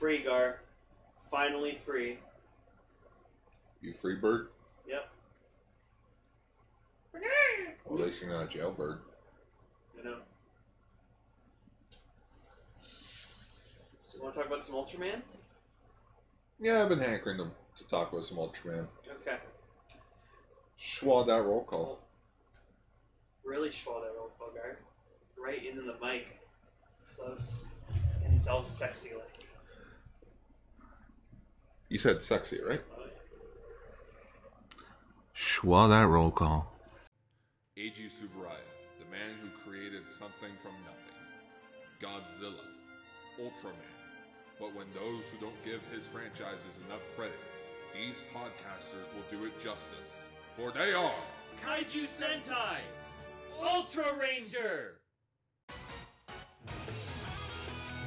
Freegar, finally free. You free bird? Yep. Well, at least you're not Oh, a jailbird. You know. So, you want to talk about some Ultraman? Yeah, I've been hankering to, to talk with some Ultraman. Okay. Schwa that roll call. Really schwa that old bugger. Right into the mic. Close. And it's all sexy like. You said sexy, right? Oh, yeah. Schwa that roll call. Eiji Subaraya, the man who created something from nothing. Godzilla, Ultraman. But when those who don't give his franchises enough credit, these podcasters will do it justice. For they are Kaiju Sentai! Ultra Ranger!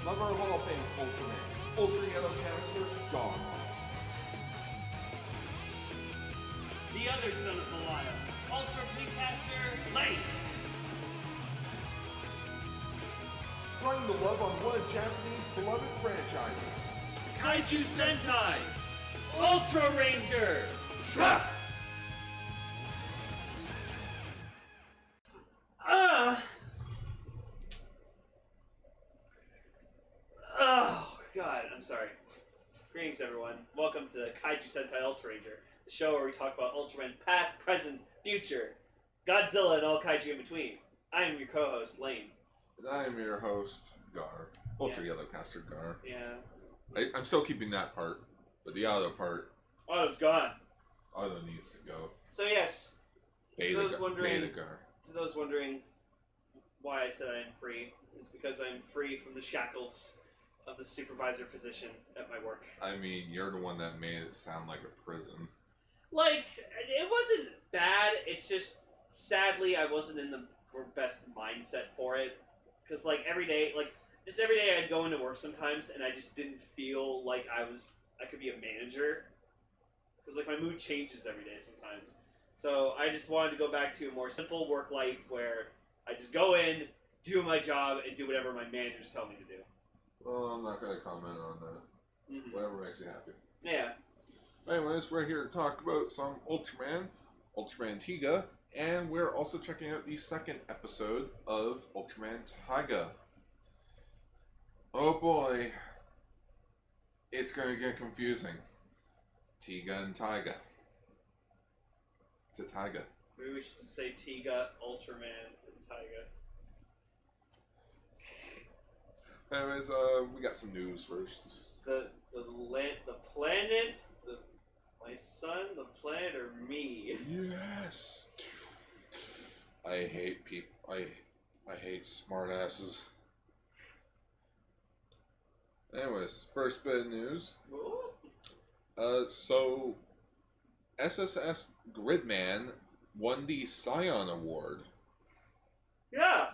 Love our Hall of Fame's Ultraman. Ultra Yellow Canister, gone. The other son of Malaya, Ultra Pinkcaster Light! Spreading the love on one of Japanese beloved franchises. Kaiju Sentai! Ultra Ranger! Shrek! Ah! Oh, God, I'm sorry. Greetings, everyone. Welcome to Kaiju Sentai Ultra Ranger, the show where we talk about Ultraman's past, present, future, Godzilla, and all kaiju in between. I am your co host, Lane. And I am your host, Gar. Ultra Yellow Caster Gar. Yeah. I, I'm still keeping that part, but the other part, Oh, it's gone. other needs to go. So, yes, Beta, those Gar- wondering- Beta Gar. to those wondering why I said I am free, it's because I'm free from the shackles of the supervisor position at my work. I mean, you're the one that made it sound like a prison. Like, it wasn't bad, it's just sadly I wasn't in the best mindset for it. Because, like, every day, like, just every day I'd go into work sometimes and I just didn't feel like I was, I could be a manager. Because, like, my mood changes every day sometimes. So I just wanted to go back to a more simple work life where I just go in, do my job, and do whatever my managers tell me to do. Well, I'm not going to comment on that. Mhm. Whatever makes you happy. Yeah. Anyways, we're here to talk about some Ultraman, Ultraman Tiga, and we're also checking out the second episode of Ultraman Taiga. Oh boy, it's going to get confusing. Tiga and Taiga. To Taiga. Maybe we should just say Tiga, Ultraman, and Taiga. Anyways, uh, we got some news first. The the land, the planets, the my son, the planet, or me. Yes. I hate people. I I hate smartasses. Anyways, first bit of news. Ooh. Uh, so SSS Gridman won the Scion Award. Yeah.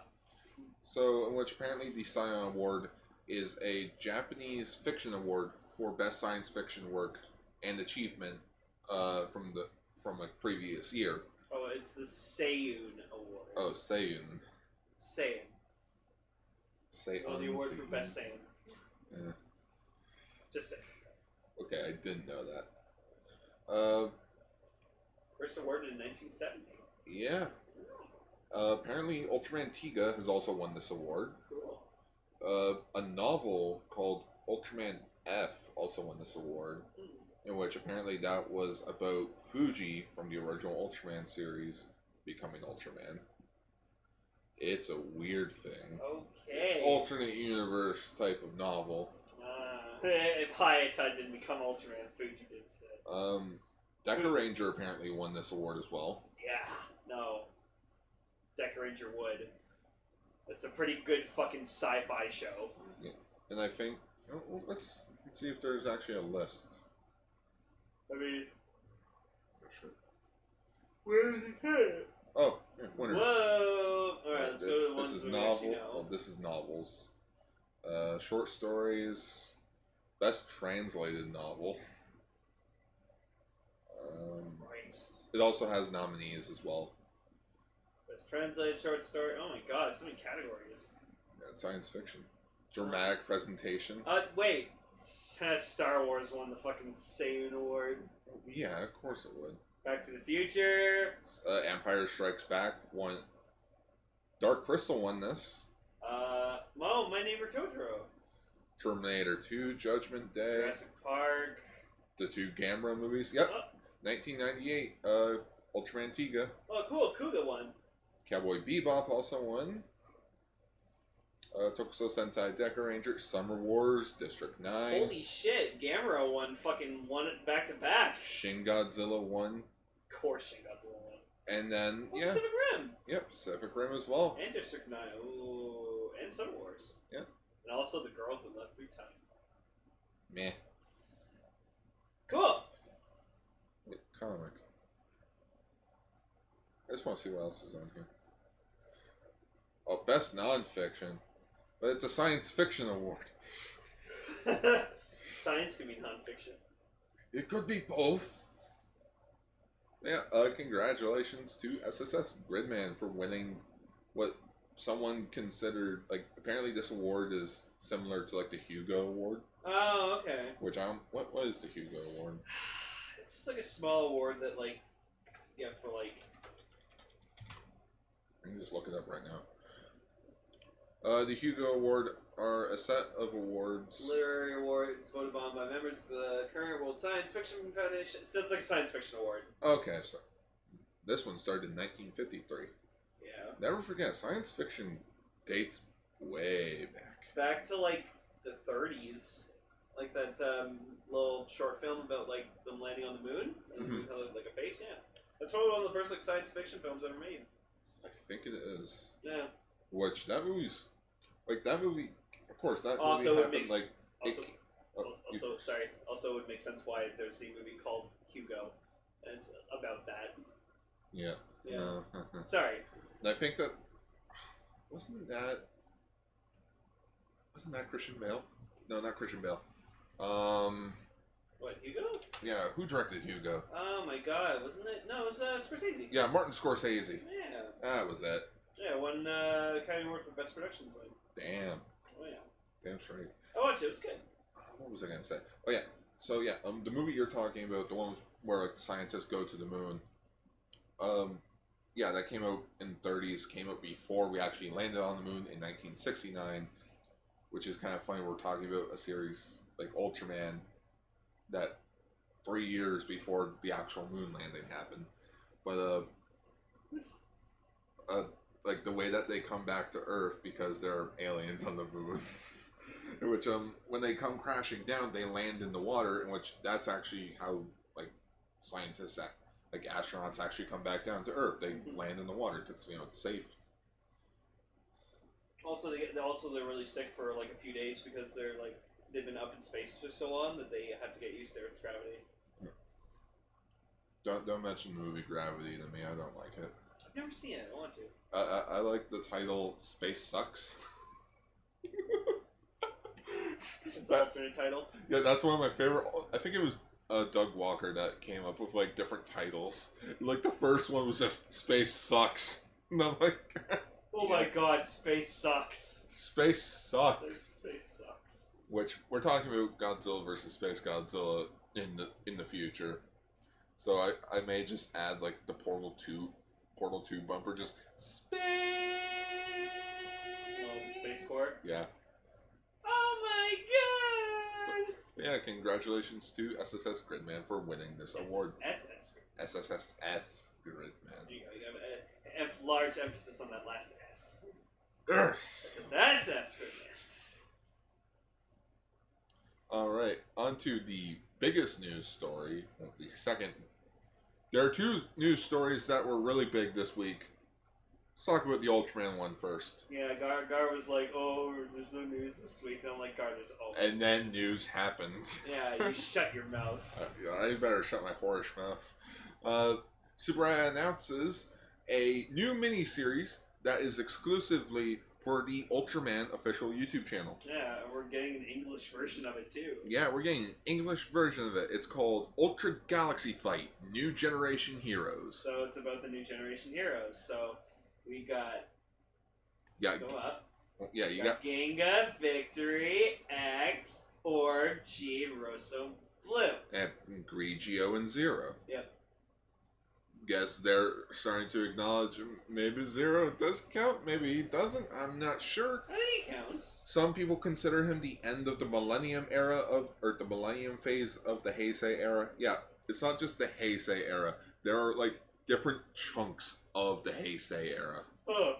So, in which apparently the Scion Award is a Japanese fiction award for best science fiction work and achievement uh, from the from a previous year. Oh, it's the Seiyun Award. Oh, Seiyun. Seiun. Say Oh, the un- award say for un. best Seiun. Yeah. Just say. Okay, I didn't know that. Uh, First awarded in 1970. yeah. Uh, apparently, Ultraman Tiga has also won this award. Cool. Uh, a novel called Ultraman F also won this award, Hmm. in which apparently that was about Fuji from the original Ultraman series becoming Ultraman. It's a weird thing. Okay. Alternate universe type of novel. Ah. if Hayata didn't become Ultraman, Fuji did instead. Um, Decker Ranger apparently won this award as well. Yeah, no. Decker Ranger would. That's a pretty good fucking sci-fi show. And I think oh, well, let's see if there's actually a list. I mean, Where is hey. Oh, yeah, winners. whoa! All right, let's this, go to the this ones is we novel. actually well, know. this is novels. Uh, short stories. Best translated novel. Um, Christ. it also has nominees as well. Best translated short story. Oh my god, so many categories. Yeah, science fiction, dramatic presentation. Uh, wait. Star Wars won the fucking same award. Oh, Yeah, of course it would. Back to the Future. Uh, Empire Strikes Back won. Dark Crystal won this. Uh, oh, My Neighbor Totoro. Terminator 2, Judgment Day, Jurassic Park. the two Gamera movies. Yep. Oh. 1998, uh, Ultraman Tiga. Oh, cool. Kuga won. Cowboy Bebop also won. Uh, Tokuso Sentai Decker Ranger, Summer Wars, District 9. Holy shit. Gamera won fucking one back to back. Shin Godzilla won. Of course, Shin Godzilla won. And then, Well, yeah, Pacific Rim. yep, Pacific Rim as well. And District 9. Ooh. And Star Wars. Yeah. And also The Girl Who Left Through Time. Meh, Cool. comic. I just want to see what else is on here. Oh, best nonfiction. But it's a science fiction award. Science can be nonfiction. It could be both. Yeah, uh, congratulations to SSS Gridman for winning what someone considered like apparently this award is similar to like the Hugo Award, Oh, okay. which I'm what what is the Hugo Award? It's just like a small award that, like, yeah, for like. I can just look it up right now. Uh, the Hugo Award are a set of awards. Literary awards voted on by members of the current World Science Fiction Foundation. So it's like a science fiction award. Okay, so this one started in 1953. Yeah. Never forget, science fiction dates way back. Back to like the 30s. Like that um, little short film about like them landing on the moon and the moon had like a face. Yeah, that's probably one of the first like science fiction films ever made. I think it is. Yeah. Which that movie's like that movie. Of course, that Also, movie Oh, it happened makes like it- also oh, Al- you- Also, sorry. Also, it would make sense why there's a movie called Hugo, and it's about that. yeah. Yeah. no, and Sorry. I think that wasn't that wasn't that Christian Bale? No, not Christian Bale. Um, What Hugo? yeah, who directed Hugo? Oh my God! Wasn't it? No, it was uh, Scorsese. Yeah, Martin Scorsese. Yeah. That was it. Yeah. Won uh, Academy Award for Best Production Design. Damn, Oh yeah. damn straight. I watched it. It was good. Uh, What was I gonna say? Oh yeah. So yeah, um, the movie you're talking about, the one where like, scientists go to the moon. Um, yeah, that came out in the 30s. Came out before we actually landed on the moon in 1969, which is kind of funny. We're talking about a series like Ultraman that three years before the actual moon landing happened, but uh, uh, like the way that they come back to Earth because there are aliens on the moon. which um when they come crashing down they land in the water in which that's actually how like scientists act like astronauts actually come back down to earth they land in the water because you know it's safe Also, they get, also they're really sick for like a few days because they're like they've been up in space for so long that they have to get used to Earth's gravity. don't don't mention the movie gravity to me i don't like it I've never seen it. I want to. i i, I like the title space sucks It's an That- alternate title. Yeah, that's one of my favorite. I think it was uh, Doug Walker that came up with like different titles. Like the first one was just "Space Sucks," and I'm like, Oh my God! Space sucks. "Space Space, sucks." space sucks. Which we're talking about Godzilla versus Space Godzilla in the in the future. So I I may just add like the Portal Two Portal Two bumper, just space. the Space Corps? Yeah. Oh my God! Yeah, congratulations to SSS Gridman for winning this award. SS. SSSS Gridman. You go, you have a, a large emphasis on that last S. Earth. It's SS for All right, on to the biggest news story. well, The second. There are two news stories that were really big this week. Let's talk about the Ultraman one first. Yeah, Gar, Gar was like, oh, there's no news this week. And I'm like, Gar, there's always And then news happened. Yeah, you shut your mouth. Uh, I better shut my whorish mouth. Uh, Subaraya announces a new miniseries that is exclusively for the Ultraman official YouTube channel. Yeah, and we're getting an English version of it too. Yeah, we're getting an English version of it. It's called Ultra Galaxy Fight New Generation Heroes. So it's about the new generation heroes. So we got Yeah, go up. yeah, We you got got Genga, Victory, X, or G Rosso Blue. And Grigio and Zero. Yep. Guess they're starting to acknowledge mm, maybe Zero does count, maybe he doesn't. I'm not sure. I think he counts. Some people consider him the end of the Millennium era of, or the Millennium phase of the Heisei era. Yeah, it's not just the Heisei era. There are like different chunks of the Heisei era. Huh.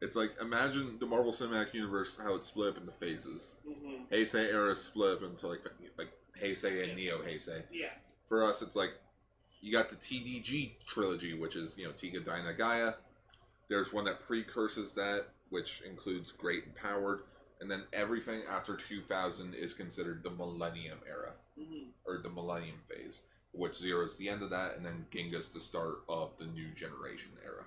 It's like imagine the Marvel Cinematic Universe how it's split up into phases. hmm Heisei era is split up into like like Heisei and Neo Heisei. Yeah. For us, it's like you got the TDG trilogy, which is you know Tiga Dina Gaia. There's one that precurses that, which includes Great and Powered, and then everything after 2000 is considered the Millennium era hmm or the Millennium phase, which Zero is the end of that, and then Ginga's the start of the New Generation era.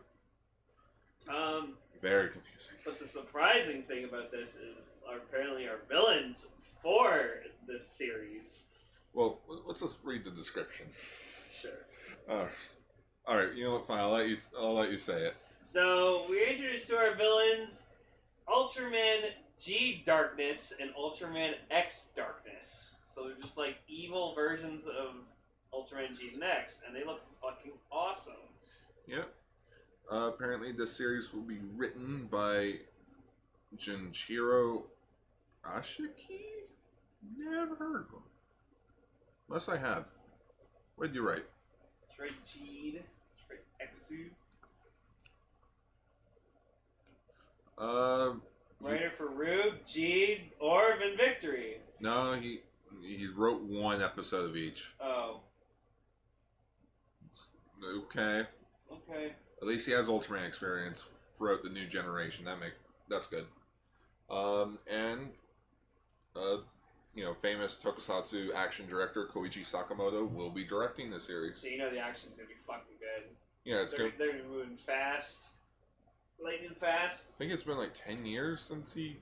Um, Very confusing. but the surprising thing about this is are apparently our villains for this series. Well, let's just read the description. Sure. Uh, all right, you know what? Fine, I'll let you. I'll let you say it. So we're introduced to our villains Ultraman G Darkness and Ultraman X Darkness. So they're just like evil versions of Ultraman G and X, and they look fucking awesome. Yep. Uh, apparently, this series will be written by Junichiro Ashiki. Never heard of him. Unless I have. What did you write? Shred Geed, Shred Exu, Uh, writer for Rube, Geed, Orb, and Victory. no, he he wrote one episode of each. Oh, Okay. okay. At least he has Ultraman experience throughout the new generation. That make that's good. Um, and uh, you know, famous tokusatsu action director Koichi Sakamoto will be directing the series. So you know the action's gonna be fucking good. Yeah, it's they're, good. they're moving fast, lightning fast. I think it's been like ten years since he.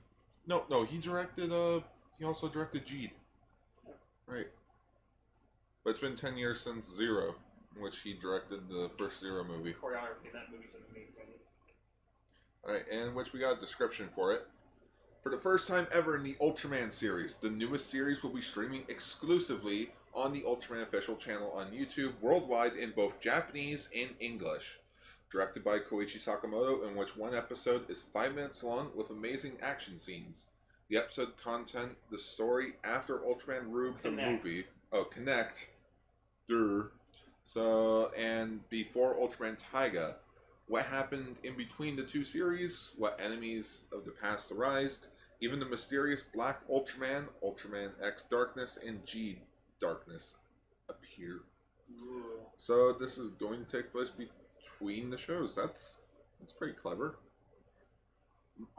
No, no, he directed. Uh, he also directed Jeed. Right. But it's been ten years since Zero, which he directed the first Zero movie. Choreography in that movie's amazing. All right, and which we got a description for it. For the first time ever in the Ultraman series, the newest series will be streaming exclusively on the Ultraman official channel on YouTube worldwide in both Japanese and English. Directed by Koichi Sakamoto, in which one episode is five minutes long with amazing action scenes. The episode content, the story after Ultraman Rube the Connect. movie, oh, connect, Durr. so and before Ultraman Taiga, what happened in between the two series, what enemies of the past arised, even the mysterious Black Ultraman, Ultraman X Darkness, and G Darkness appear. Ooh. So this is going to take place between the shows. That's that's pretty clever.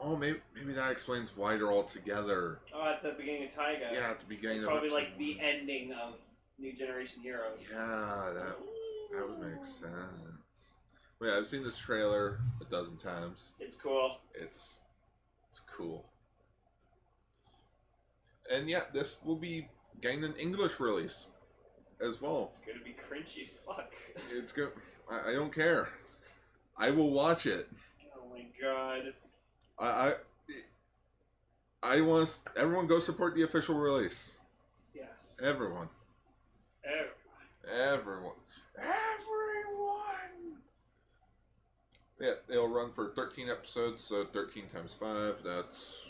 Oh, maybe maybe that explains why they're all together. Oh, at the beginning of Taiga. Yeah, at the beginning. It's of probably episode like the one. ending of New Generation Heroes. Yeah, that that would make sense. Wait, I've seen this trailer a dozen times. It's cool. It's it's cool. And yeah, this will be getting an English release as well. It's gonna be cringy as fuck. It's good. I, I don't care. I will watch it. Oh my god. I I, I want s- everyone go support the official release. Yes. Everyone, Eh, everyone, everyone. Yeah, it'll run for thirteen episodes, so thirteen times five. That's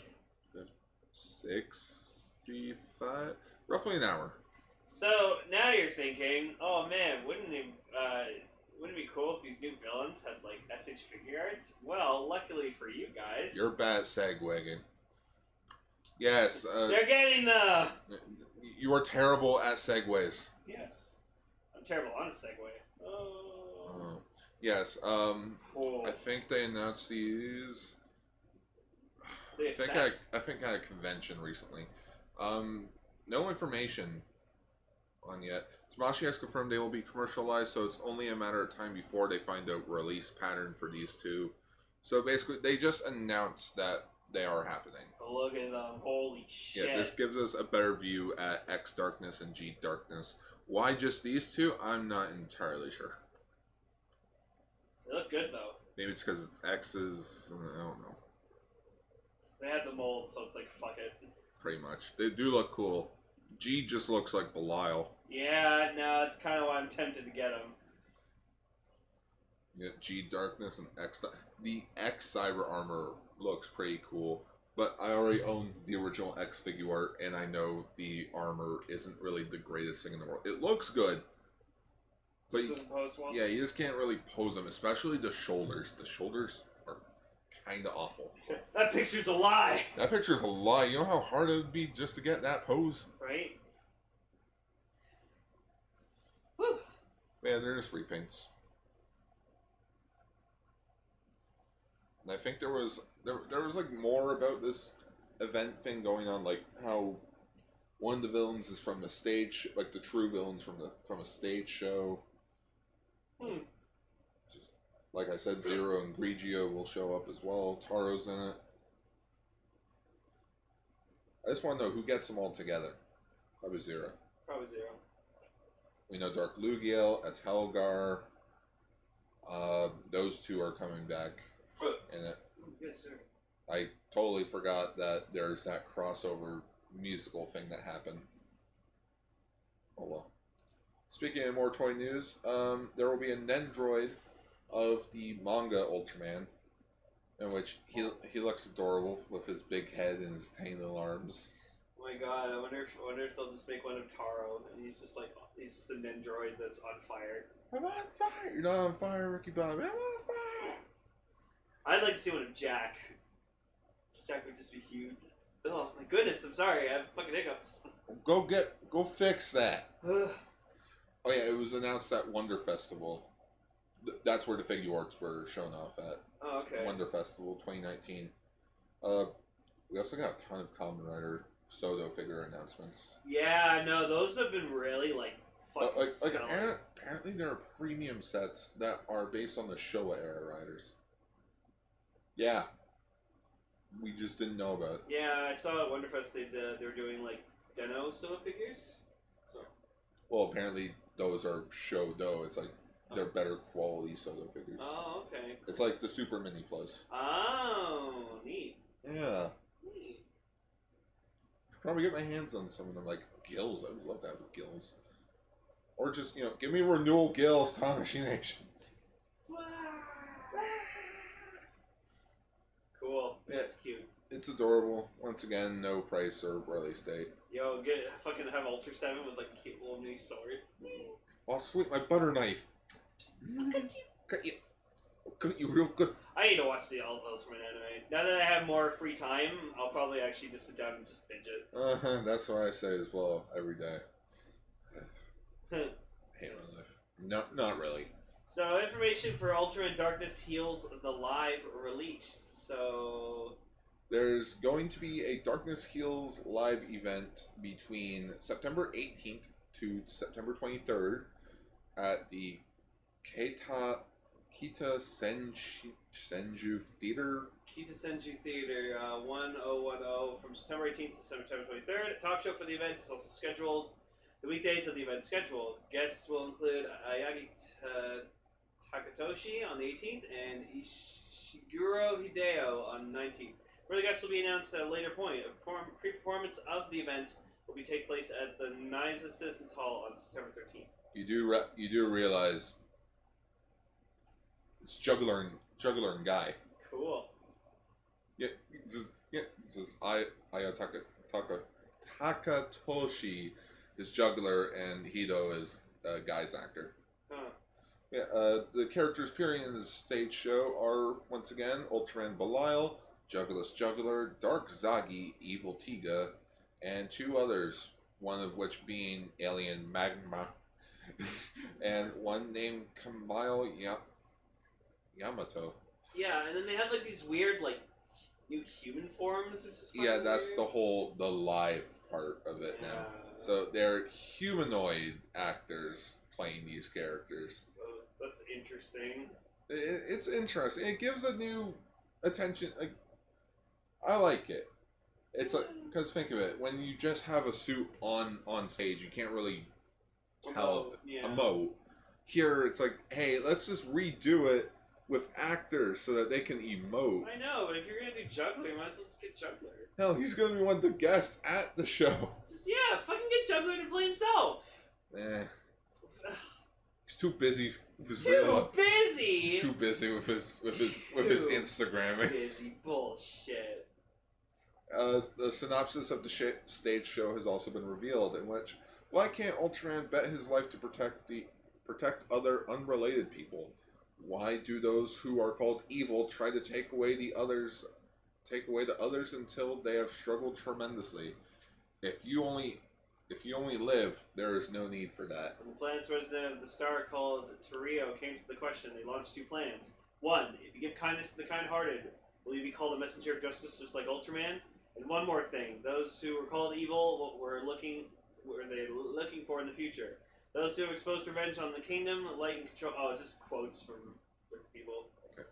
sixty-five, roughly an hour. So now you're thinking, oh man, wouldn't it uh, wouldn't it be cool if these new villains had like SH figure arts? Well, luckily for you guys, You're bad at segwaying. Yes, uh, they're getting the you are terrible at segways. yes. I'm terrible on a segue. Oh, Uh, yes, um, cool. I think they announced these. They I think assess- I, I think at a convention recently. Um, no information on yet. Tamashi has confirmed they will be commercialized, so it's only a matter of time before they find a release pattern for these two. So basically, they just announced that they are happening. Look at them. Holy shit. Yeah, this gives us a better view at X Darkness and G Darkness. Why just these two? I'm not entirely sure. They look good though. Maybe it's because it's X's. I don't know. They had the mold, so it's like fuck it. pretty much. They do look cool. G just looks like Belial. Yeah, no, that's kind of why I'm tempted to get him. Yeah, G Darkness and X. The X Cyber Armor looks pretty cool, but I already own the original X figure art, and I know the armor isn't really the greatest thing in the world. It looks good, but Just as opposed to one. yeah, you just can't really pose them, especially the shoulders. The shoulders are kind of awful. That picture's a lie, That picture's a lie. You know how hard it would be just to get that pose? right? Whew. Man, they're just repaints. And I think there was there, there was like more about this event thing going on, like how one of the villains is from a stage, like the true villains from the from a stage show. Hmm. Just, like I said, Zero and Grigio will show up as well. Taro's in it. I just want to know who gets them all together. Probably Zero. Probably zero. We know Dark Lugiel, Atelgar. Uh, those two are coming back. And it, Yes, sir. I totally forgot that there's that crossover musical thing that happened. Oh well. Speaking of more toy news, um, there will be a Nendroid of the manga Ultraman, in which he he looks adorable with his big head and his tiny little arms. Oh my god, I wonder if I wonder if they'll just make one of Taro and he's just like he's just a Nendroid that's on fire. I'm on fire! You're not on fire, Ricky Bobby. I'm on fire! I'd like to see one of Jack. Jack would just be huge. Oh my goodness, I'm sorry, I have fucking hiccups. Go get, go fix that. Ugh. Oh yeah, it was announced at Wonder Festival. Th- That's where the figure arts were shown off at oh, okay. Wonder Festival 2019. Uh, we also got a ton of Common Rider Soto figure announcements. Yeah, no, those have been really like fucking But Uh, like, like selling. apparent- apparently there are premium sets that are based on the Showa era riders. Yeah, we just didn't know about. It. Yeah, I saw at Wonderfest they uh, they were doing like Deno Soma figures. So Well, apparently those are Shodo. It's like they're better quality Soto figures. oh okay. It's like the Super Mini Plus. Oh neat. Yeah. neat. Should probably get my hands on some of them, like gills. I would love to have gills, or just you know, give me renewal gills, Time Machine Nation. Cool. Yeah. That's cute. It's adorable. Once again, no price or release date. Yo, get fucking have Ultra Seven with like a cute little mini sword. Oh, sweet, my butter knife. Cut you, cut you real good. I need to watch the Ult- Ultraman anime. Now that I have more free time, I'll probably actually just sit down and just binge it. Uh huh. That's what I say as well every day. hate my life. Not, not really. So, information for Ultraman Darkness Heals the live released. So, There's going to be a Darkness Heals live event between September 18th to September 23rd at the Keita Kita Senju, Senju Theater. Kita Senju Theater, uh, 1010 from September 18th to September 23rd. A talk show for the event is also scheduled. The weekdays of the event scheduled. Guests will include Ayagi uh, Takatoshi on the 18th and Ishiguro Hideo on the 19th. Further guests will be announced at a later point. A perform- pre-performance of the event will be take place at the Nice Assistance Hall on September 13th. You do re- you do realize it's juggler and juggler and guy. Cool. Yeah, just yeah, just I Aya Taka, Taka Takatoshi is juggler and Hido is uh, guy's actor. Huh. Yeah, uh, the characters appearing in this stage show are once again Ultraman Belial, Juggless Juggler, Dark Zagi, Evil Tiga, and two others, one of which being Alien Magma, and one named Kamile ya- Yamato. Yeah, and then they have like these weird like new human forms, which is Yeah, fucking that's weird. the whole the live part of it now. So they're humanoid actors playing these characters. So that's interesting. it, it's interesting. It gives a new attention. Like, I like it. It's like because think of it when you just have a suit on on stage, you can't really Tell Although, yeah. emote. Here, it's like, hey, let's just redo it with actors so that they can emote. I know, but if you're gonna do juggling, might as well just get juggler. Hell, he's gonna be one of the guests at the show. Just yeah, fucking get juggler to play himself. Eh, he's too busy with his Too real. busy. He's too busy with his with his with his Too Instagramming. busy bullshit. Uh, the synopsis of the sh- stage show has also been revealed, in which why can't Ultraman bet his life to protect the protect other unrelated people? Why do those who are called evil try to take away the others, take away the others until they have struggled tremendously? If you only if you only live, there is no need for that. When the planet's resident of the star called Torrio came to the question, they launched two plans. One, if you give kindness to the kind hearted, will you be called a messenger of justice just like Ultraman? And one more thing, those who were called evil, what were looking what were they looking for in the future? Those who have exposed revenge on the kingdom, light and control oh, it's just quotes from different people. Okay.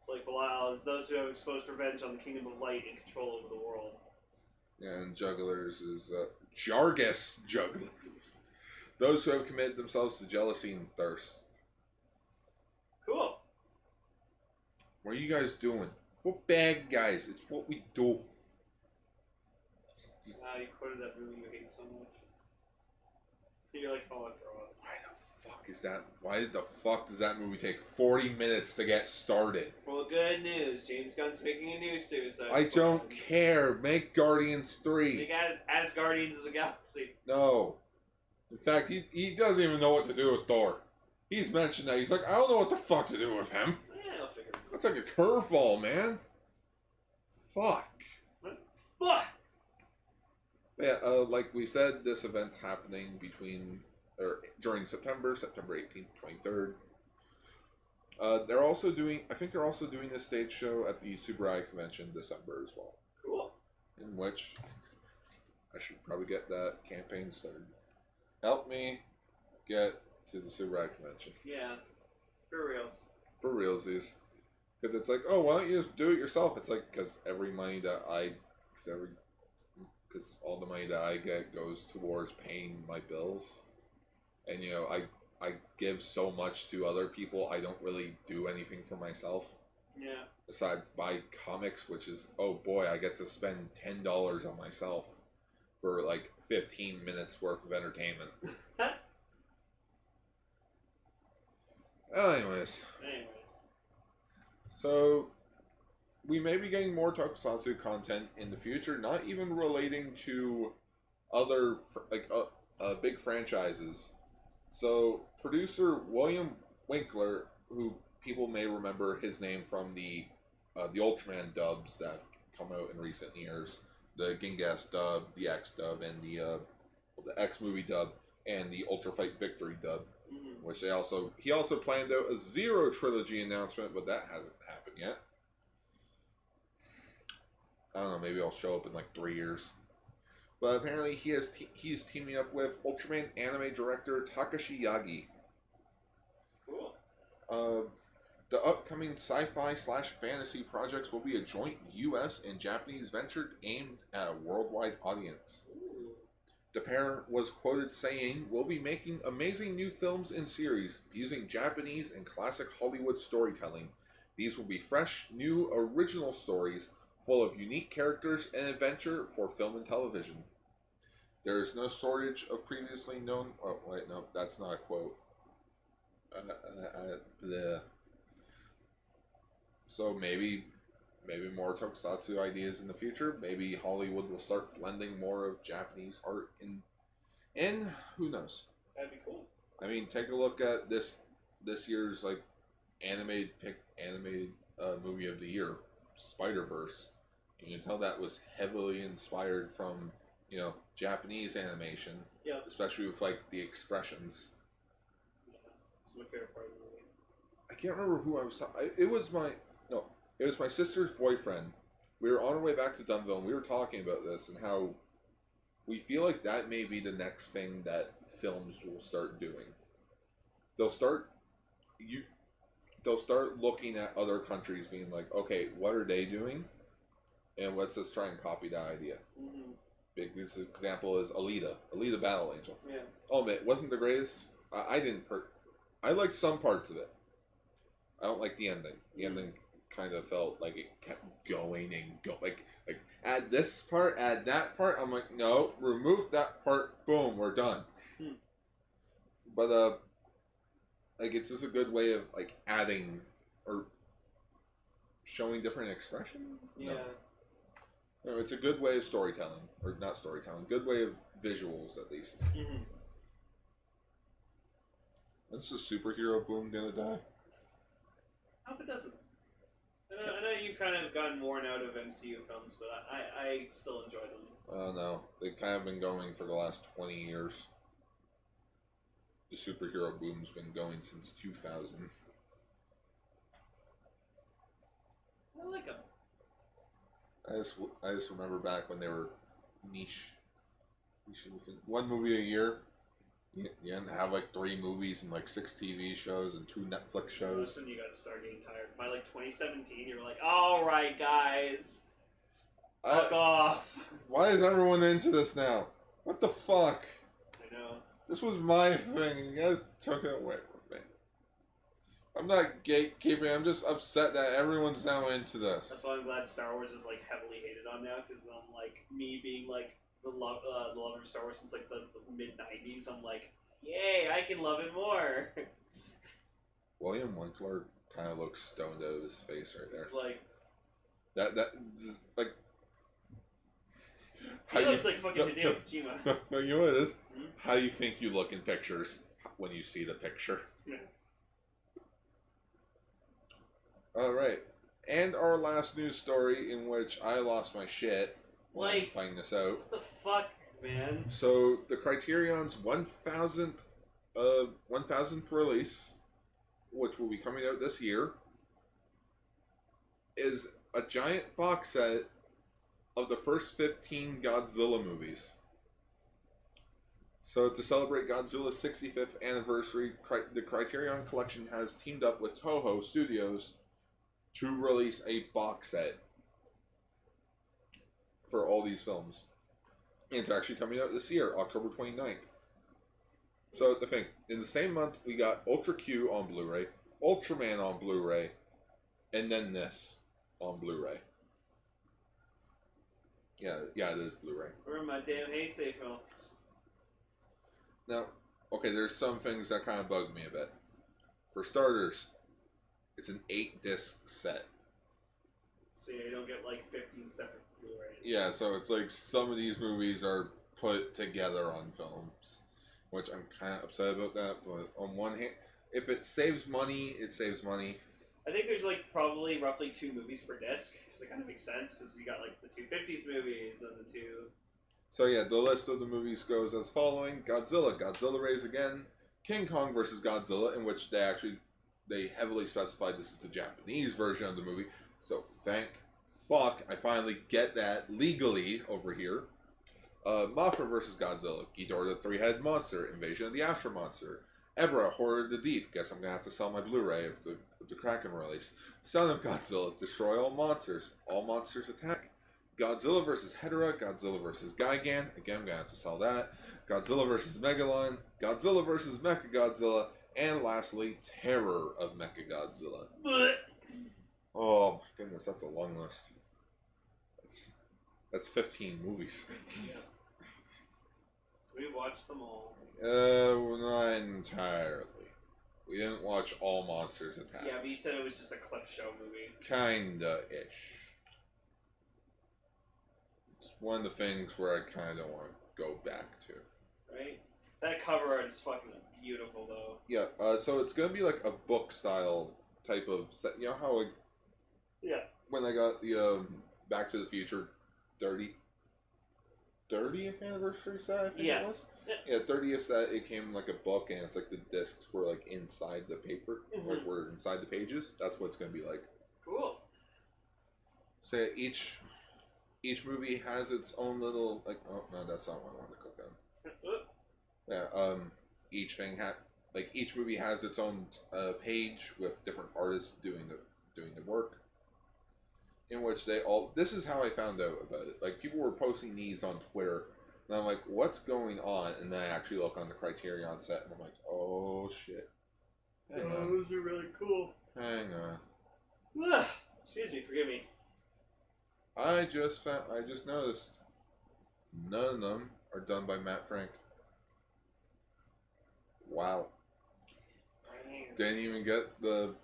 It's like Belial is those who have exposed revenge on the kingdom of light and control over the world. and jugglers is uh, Jargus juggler. Those who have committed themselves to jealousy and thirst. Cool. What are you guys doing? We're bad guys. It's what we do. It's just- Wow, Uh, you quoted that movie you hate so much. You're like, oh, I throw up. why the fuck is that? Why the fuck does that movie take 40 minutes to get started? Well, good news. James Gunn's making a new Suicide I Squad. don't care. Make Guardians You 3. guys, as Guardians of the Galaxy, No. In fact, he, he doesn't even know what to do with Thor. He's mentioned that. He's like, I don't know what the fuck to do with him. yeah, Eh, I'll figure. it out. That's like a curveball, man. Fuck. Fuck. Yeah, uh, like we said, this event's happening between or during September, September eighteenth, twenty third. Uh, they're also doing. I think they're also doing a stage show at the Subarai convention in December as well, Cool. in which I should probably get that campaign started. Help me get to the Subarai convention Yeah. For reals. for realsies, because it's like, oh, why don't you just do it yourself? It's like because every money that I, because every, because all the money that I get goes towards paying my bills, and you know I I give so much to other people. I don't really do anything for myself Yeah. besides buy comics, which is oh boy, I get to spend ten dollars on myself for like fifteen minutes worth of entertainment. Anyways. Anyways. So we may be getting more tokusatsu content in the future, not even relating to other fr- like uh, uh, big franchises. So producer William Winkler, who people may remember his name from the uh, the Ultraman dubs that have come out in recent years, the Gingas dub, the X dub, and the uh, the X movie dub, and the Ultra Fight Victory dub Mm. which they also he also planned out a zero trilogy announcement, but that hasn't happened yet. I don't know. Maybe I'll show up in like three years. But apparently, he is te- he's teaming up with Ultraman anime director Takashi Yagi. Cool. Um, the upcoming sci-fi slash fantasy projects will be a joint U.S. and Japanese venture aimed at a worldwide audience. Ooh. The pair was quoted saying, We'll be making amazing new films and series using Japanese and classic Hollywood storytelling. These will be fresh, new, original stories full of unique characters and adventure for film and television. There is no shortage of previously known. Oh, wait, no, that's not a quote. Uh, uh, uh, bleh. So maybe maybe more tokusatsu ideas in the future. Maybe Hollywood will start blending more of Japanese art in. And who knows? That'd be cool. I mean, take a look at this this year's like animated pick animated uh, movie of the year, Spider Verse. You can tell that was heavily inspired from you know Japanese animation, Yeah. especially with like the expressions. That's my favorite part of the movie. I can't remember who I was talking. It was my no. It was my sister's boyfriend. We were on our way back to Dunville, and we were talking about this and how we feel like that may be the next thing that films will start doing. They'll start you. They'll start looking at other countries, being like, okay, what are they doing, and let's just try and copy that idea. Mm-hmm. Biggest example is Alita, Alita Battle Angel. Yeah. Oh man, it wasn't the greatest. I, I didn't. Per- I liked some parts of it. I don't like the ending. The Mm-hmm. ending kind of felt like it kept going and go like like add this part, add that part. I'm like, no, remove that part. Boom, we're done. Hmm. But uh, like it's just a good way of like adding or showing different expression. Yeah. No. No, it's a good way of storytelling, or not storytelling, good way of visuals at least. Mhm. When's the superhero boom gonna die? I hope it doesn't. I know, I know you've kind of gotten worn out of MCU films, but I, I, I still enjoy them. I don't know. They've kind of been going for the last 20 years. The superhero boom's been going since 2000. I like them. I just, w- I just remember back when they were niche. niche was one movie a year. You, you didn't have like three movies and like six TV shows and two Netflix That's shows. when you got to start getting tired. By like 2017, you were like, all right, guys, fuck Uh, off. why is everyone into this now? What the fuck? I know. This was my thing, and you guys took it away from me. I'm not gatekeeping. I'm just upset that everyone's now into That's this. why I'm glad Star Wars is like heavily hated on now because I'm like me being like the love uh, the lover of Star Wars since like the, the mid '90s. I'm like, yay, I can love it more. William Winkler kind of looks stoned out of his face right there. it's like That that just, like. he How you, looks like fucking no, Hideo Kojima. no, you know what it is? Hmm? How you think you look in pictures when you see the picture. Yeah. All right, and our last news story in which I lost my shit. when I Like- find this out. What the fuck, man? So the Criterion's 1000th uh 1000th release, which will be coming out this year, is a giant box set of the first 15 Godzilla movies. So to celebrate Godzilla's 65th anniversary, Cri- the Criterion Collection has teamed up with Toho Studios to release a box set for all these films. It's actually coming out this year, October 29th. So the thing, in the same month, we got Ultra Q on Blu-ray, Ultraman on Blu-ray, and then this on Blu-ray. Yeah, yeah, it is Blu-ray. Where are my damn Heisei films? Now, okay, there's some things that kind of bug me a bit. For starters, it's an eight-disc set. So you don't get like 15 separate Blu-rays. Yeah, so it's like some of these movies are put together on films, which I'm kind of upset about that. But on one hand, if it saves money, it saves money. I think there's like probably roughly two movies per disc because it kind of makes sense because you got like the two 50s movies, then the two So yeah, the list of the movies goes as following: Godzilla, Godzilla Rays Again, King Kong versus Godzilla, in which they actually they heavily specified this is the Japanese version of the movie. So thank fuck I finally get that legally over here. Uh, Mothra versus Godzilla, Ghidorah the Three-Headed Monster, Invasion of the Astro Monster, Ebra, Horror of the Deep. Guess I'm gonna have to sell my Blu-ray of the, of the Kraken release. Son of Godzilla, Destroy All Monsters, All Monsters Attack, Godzilla versus Hedorah, Godzilla versus Gigan. Again, I'm gonna have to sell that. Godzilla versus Megalon, Godzilla versus Mechagodzilla, and lastly, Terror of Mechagodzilla. Blech. Oh my goodness, that's a long list. That's that's 15 movies. We watched them all. uh, well, not entirely. We didn't watch all Monsters Attack. Yeah, but you said it was just a clip show movie. Kinda ish. It's one of the things where I kinda want to go back to. right? That cover art is fucking beautiful, though. Yeah, uh, so it's gonna be like a book style type of set. You know how like Yeah. when I got the um, Back to the Future 30 30th anniversary set, I think Yeah. it was. Yeah. Yeah, 30th set. It came in, like a book, and it's like the discs were like inside the paper, like Mhm. were inside the pages. That's what it's gonna be like. Cool. So yeah, each each movie has its own little like. Oh no, that's not what I wanted to click on. Yeah, um, each thing ha like each movie has its own uh, page with different artists doing the doing the work. In which they all this is how I found out about it. Like people were posting these on Twitter, and I'm like, "What's going on?" And then I actually look on the Criterion set, and I'm like, "Oh shit!" those are really cool. Hang on. Ugh. Excuse me, forgive me. I just found, I just noticed none of them are done by Matt Frank. Wow. Didn't even get the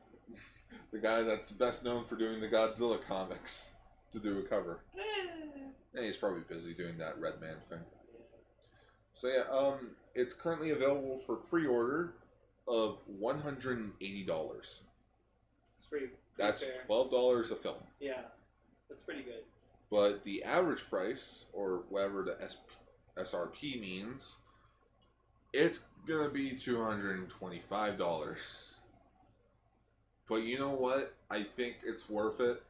the guy that's best known for doing the Godzilla comics to do a cover. And he's probably busy doing that Red Man thing. So yeah, um, it's currently available for pre-order of one hundred and eighty dollars. It's pretty. pretty That's fair. twelve dollars a film. Yeah, that's pretty good. But the average price, or whatever the SP, SRP means, it's gonna be two hundred and twenty-five dollars. But you know what? I think it's worth it.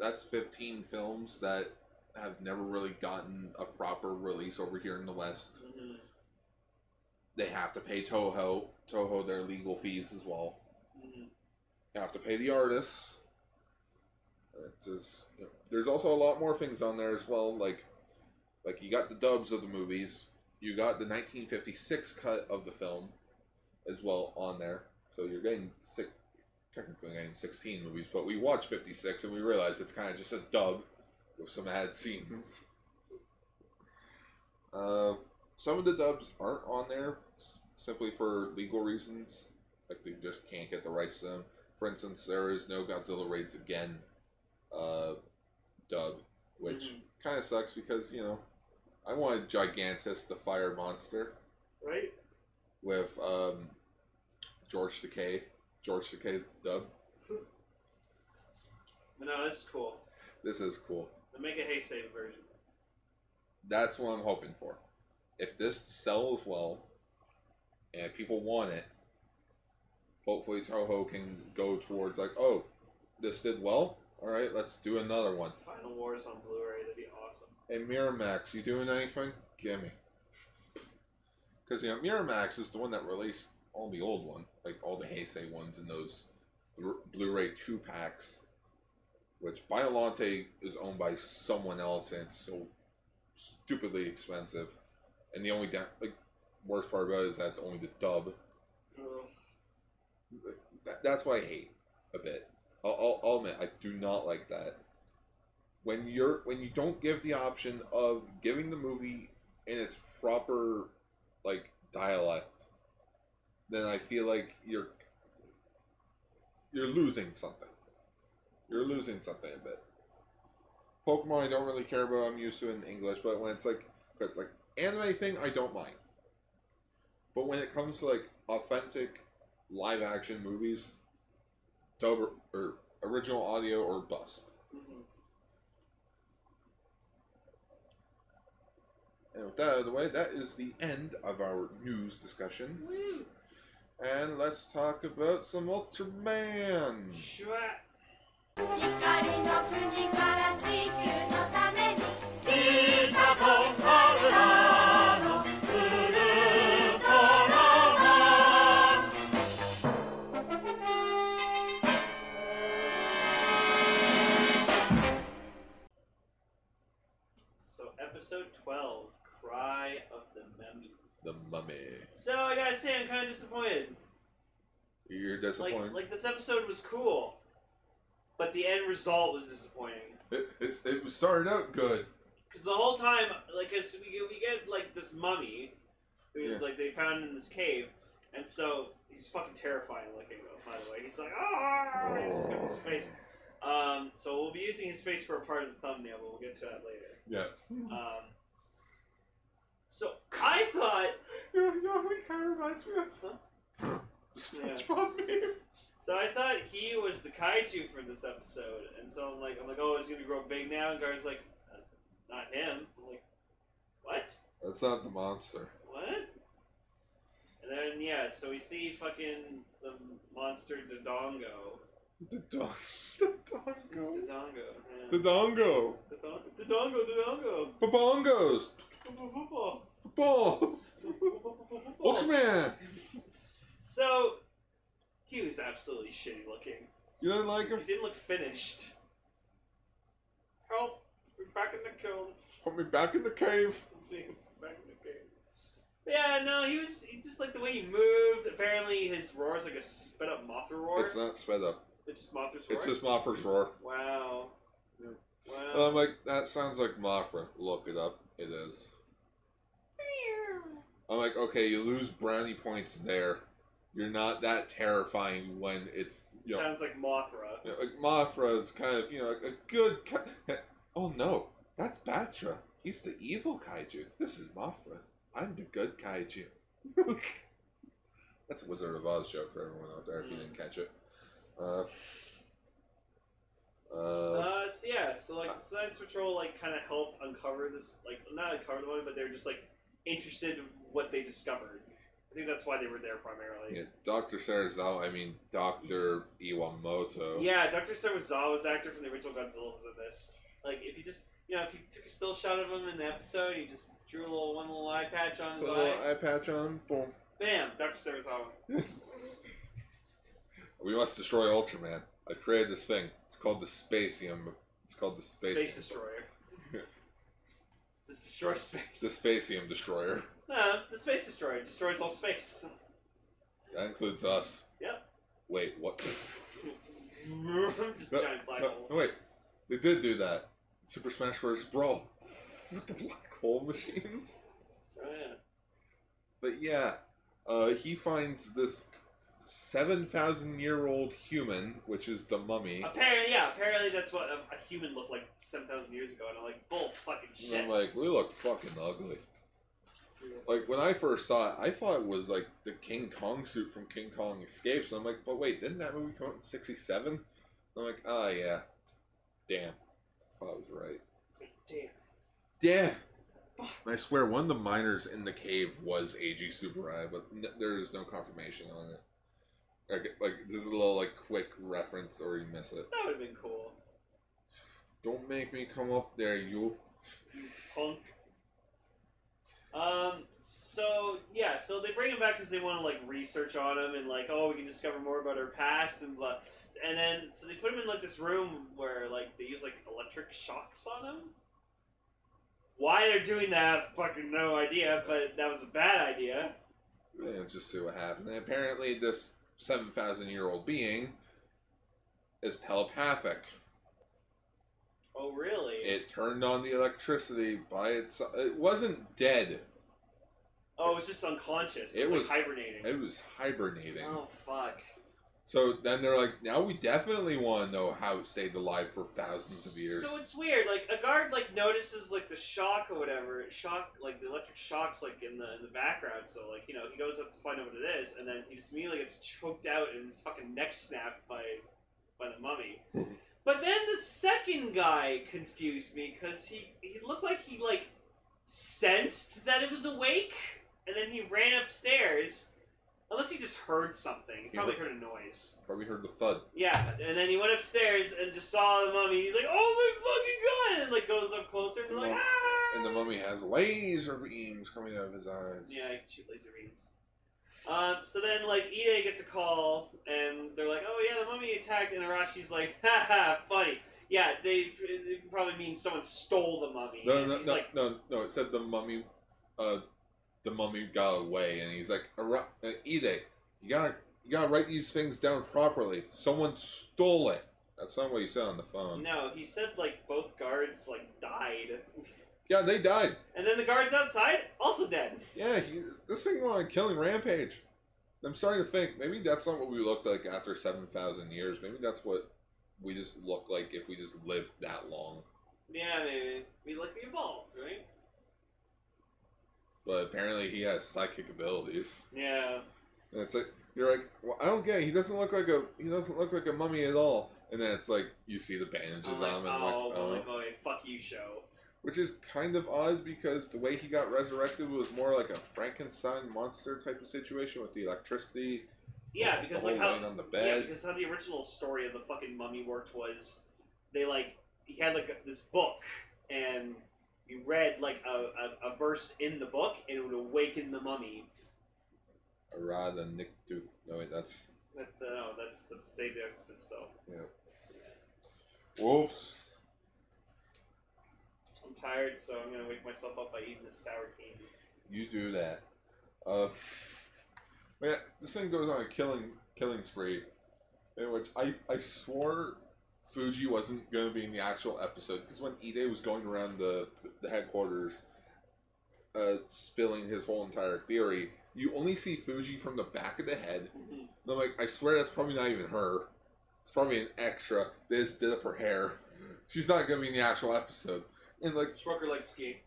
That's fifteen films that have never really gotten a proper release over here in the West. Mhm. They have to pay Toho Toho their legal fees as well. Mhm. You have to pay the artists. It just, you know, there's also a lot more things on there as well. Like, like you got the dubs of the movies. You got the 1956 cut of the film, as well on there. So you're getting six, technically getting 16 movies. But we watched 56 and we realized it's kind of just a dub with some added scenes. Uh, some of the dubs aren't on there s- simply for legal reasons. Like they just can't get the rights to them. For instance, there is no Godzilla Raids Again uh, dub, which Mhm. kind of sucks because, you know, I wanted Gigantus the Fire Monster Right? with um, George Takei. George Takei's dub. But no, this is cool. This is cool. The Make a Haste Save version. That's what I'm hoping for. If this sells well and people want it, hopefully Toho can go towards like, oh, this did well. All right, let's do another one. Final Wars on Blu-ray. That'd be awesome. Hey Miramax, you doing anything? Gimme. Because you know Miramax is the one that released all the old one, like all the Heisei ones and those Blu- Blu-ray two packs, which Biolante is owned by someone else and it's so stupidly expensive. And the only da- like worst part about it is that's only the dub. Ugh. That, that's what I hate a bit. I'll, I'll, I'll admit I do not like that. When you're when you don't give the option of giving the movie in its proper like dialect, then I feel like you're you're losing something. You're losing something a bit. Pokemon I don't really care about. I'm used to in English, but when it's like it's like anime thing, I don't mind. But when it comes to like authentic live action movies, dub or, or original audio or bust. Mhm. And with that out of the way, that is the end of our news discussion. Woo! And let's talk about some Ultraman. Shwa- 光の国から地球のために」「ピーカポンカルラのウルトラマン」 So episode twelve, Cry of the Mummy. The Mummy. So I gotta say, I'm kind of disappointed. You're Like, disappointed. like this episode was cool, but the end result was disappointing. it, it's, it started out good. Because the whole time, like, 'cause we, we get like this mummy, who's like they found in this cave, and so he's fucking terrifying looking. By the way, he's like, ah, he's just got this face. Um, so we'll be using his face for a part of the thumbnail, but we'll get to that later. Yeah. Um, so I thought You know, it kind of reminds me Huh? of the SpongeBob meme. So I thought he was the kaiju for this episode, and so I'm like, I'm like, oh, he's gonna grow big now. And Gar's like, uh, not him. I'm like, what? That's not the monster. What? And then yeah, so we see fucking the monster Dodongo. The dong. The It's dongo. Dodongo. The dongo. yeah. Dodon- Dodongo. Dodongo. Babongos. Football. Football. Ultraman. So he was absolutely shitty looking. You didn't like He him? didn't look finished. Help! We're back in the kiln. Put me back in the cave. Back in the game. Yeah, no, he was it's just like the way he moved. Apparently, his roar is like a sped up Mothra roar. It's not sped up. It's just Mothra's roar. It's just Mothra's roar. wow. Wow. And I'm like, that sounds like Mothra. Look it up. It is. I'm like, okay, you lose brownie points there. You're not that terrifying when it's you know, Sounds like Mothra. you know, like Mothra is kind of you know a good. Ki- oh no, that's Batra. He's the evil kaiju. This is Mothra. I'm the good kaiju. that's a Wizard of Oz joke for everyone out there if you didn't catch it. Uh, uh, Uh, so yeah, so like the Science Patrol like kind of helped uncover this, like not uncover the one, but they were just like interested in what they discovered. I think that's why they were there primarily. yeah, Dr. Sarazawa, I mean, Dr. Iwamoto. Yeah, Dr. Sarazawa's actor from the original Godzilla was in this. Like, if you just, you know, if you took a still shot of him in the episode, you just drew a little one little eye patch on his Put a eye. little eye patch on, boom. Bam, Dr. Sarazawa. We must destroy Ultraman. I've created this thing. It's called the Spacium. It's called the Spacium. Space Destroyer. this destroys space. the Spacium Destroyer. Uh, the Space Destroyer destroys all space. That includes us. Yep. Wait, what? just giant black no, hole. no, wait. They did do that. Super Smash Bros. Brawl. With the black hole machines. Oh, yeah. But yeah, uh, he finds this 7,000 year old human, which is the mummy. Apparently, yeah. Apparently, that's what a, a human looked like seven thousand years ago, and I'm like, bull fucking And shit. I'm like, we looked fucking ugly. Like when I first saw it, I thought it was like the King Kong suit from King Kong Escapes. And I'm like, but wait, didn't that movie come out in '67? I'm like, oh yeah, damn, I thought I was right. Damn. Yeah. I swear, one of the miners in the cave was AG Superai, but n- there is no confirmation on it. Like, like this is a little like quick reference, or you miss it. That would have been cool. Don't make me come up there, you. Punk. Um. So yeah. So they bring him back because they want to like research on him and like, oh, we can discover more about our past and blah. And then so they put him in like this room where like they use like electric shocks on him. Why they're doing that, fucking no idea. But that was a bad idea. and just see what happens. And apparently, this 7,000 year old being is telepathic. Oh really? It turned on the electricity by its. It wasn't dead, oh, it was just unconscious. It, It was, was- like, hibernating. it was hibernating. Oh fuck. So then they're like, now we definitely want to know how it stayed alive for thousands of years. So it's weird. Like a guard like notices like the shock or whatever shock, like the electric shocks, like in the in the background. So like you know he goes up to find out what it is, and then he just immediately gets choked out and his fucking neck snapped by by the mummy. but then the second guy confused me because he he looked like he like sensed that it was awake, and then he ran upstairs. Unless he just heard something, he He probably heard- heard a noise. Probably heard the thud. Yeah, and then he went upstairs and just saw the mummy. He's like, "Oh my fucking god!" And like goes up closer and they're like, Well, "Ah!" And the mummy has laser beams coming out of his eyes. Yeah, I can shoot laser beams. Um, so then like Ide gets a call and they're like, "Oh yeah, the mummy attacked." And Arashi's like, "Ha ha, funny." Yeah, they it probably means someone stole the mummy. No, and no, he's no, like, no, no. It said the mummy, uh, the mummy got away, and he's like, "Ara- uh, "Ide, you gotta, you gotta write these things down properly. Someone stole it." That's not what you said on the phone. "No," he said like both guards like died, Yeah, they died. and then the guards outside also dead. Yeah, he, this thing went on a killing rampage. I'm starting to think maybe that's not what we looked like after seven thousand years. Maybe that's what we just looked like if we just lived that long. Yeah, maybe we like we evolved, right? But apparently, he has psychic abilities. Yeah. And it's like you're like, well, I don't get. It. He doesn't look like a he doesn't look like a mummy at all. And then it's like you see the I'm bandages like, on him, and I'm like, oh, oh. like, oh, fuck you, show. which is kind of odd because the way he got resurrected was more like a Frankenstein monster type of situation with the electricity. Yeah, the because whole like how laying on the yeah, bed. because how the original story of the fucking mummy worked was they like he had like this book and you read like a, a, a verse in the book and it would awaken the mummy. Arada Nick Duke. No wait, that's That, no, that's that's stay there and sit still. whoops. I'm tired, so I'm gonna wake myself up by eating this sour candy. You do that. Uh, but yeah, this thing goes on a killing killing spree, in which I, I swore Fuji wasn't going to be in the actual episode because when Ide was going around the the headquarters, uh, spilling his whole entire theory, you only see Fuji from the back of the head. Mhm. And I'm like, I swear that's probably not even her. It's probably an extra. They just did up her hair. She's not going to be in the actual episode. And like, Shrug her like ski.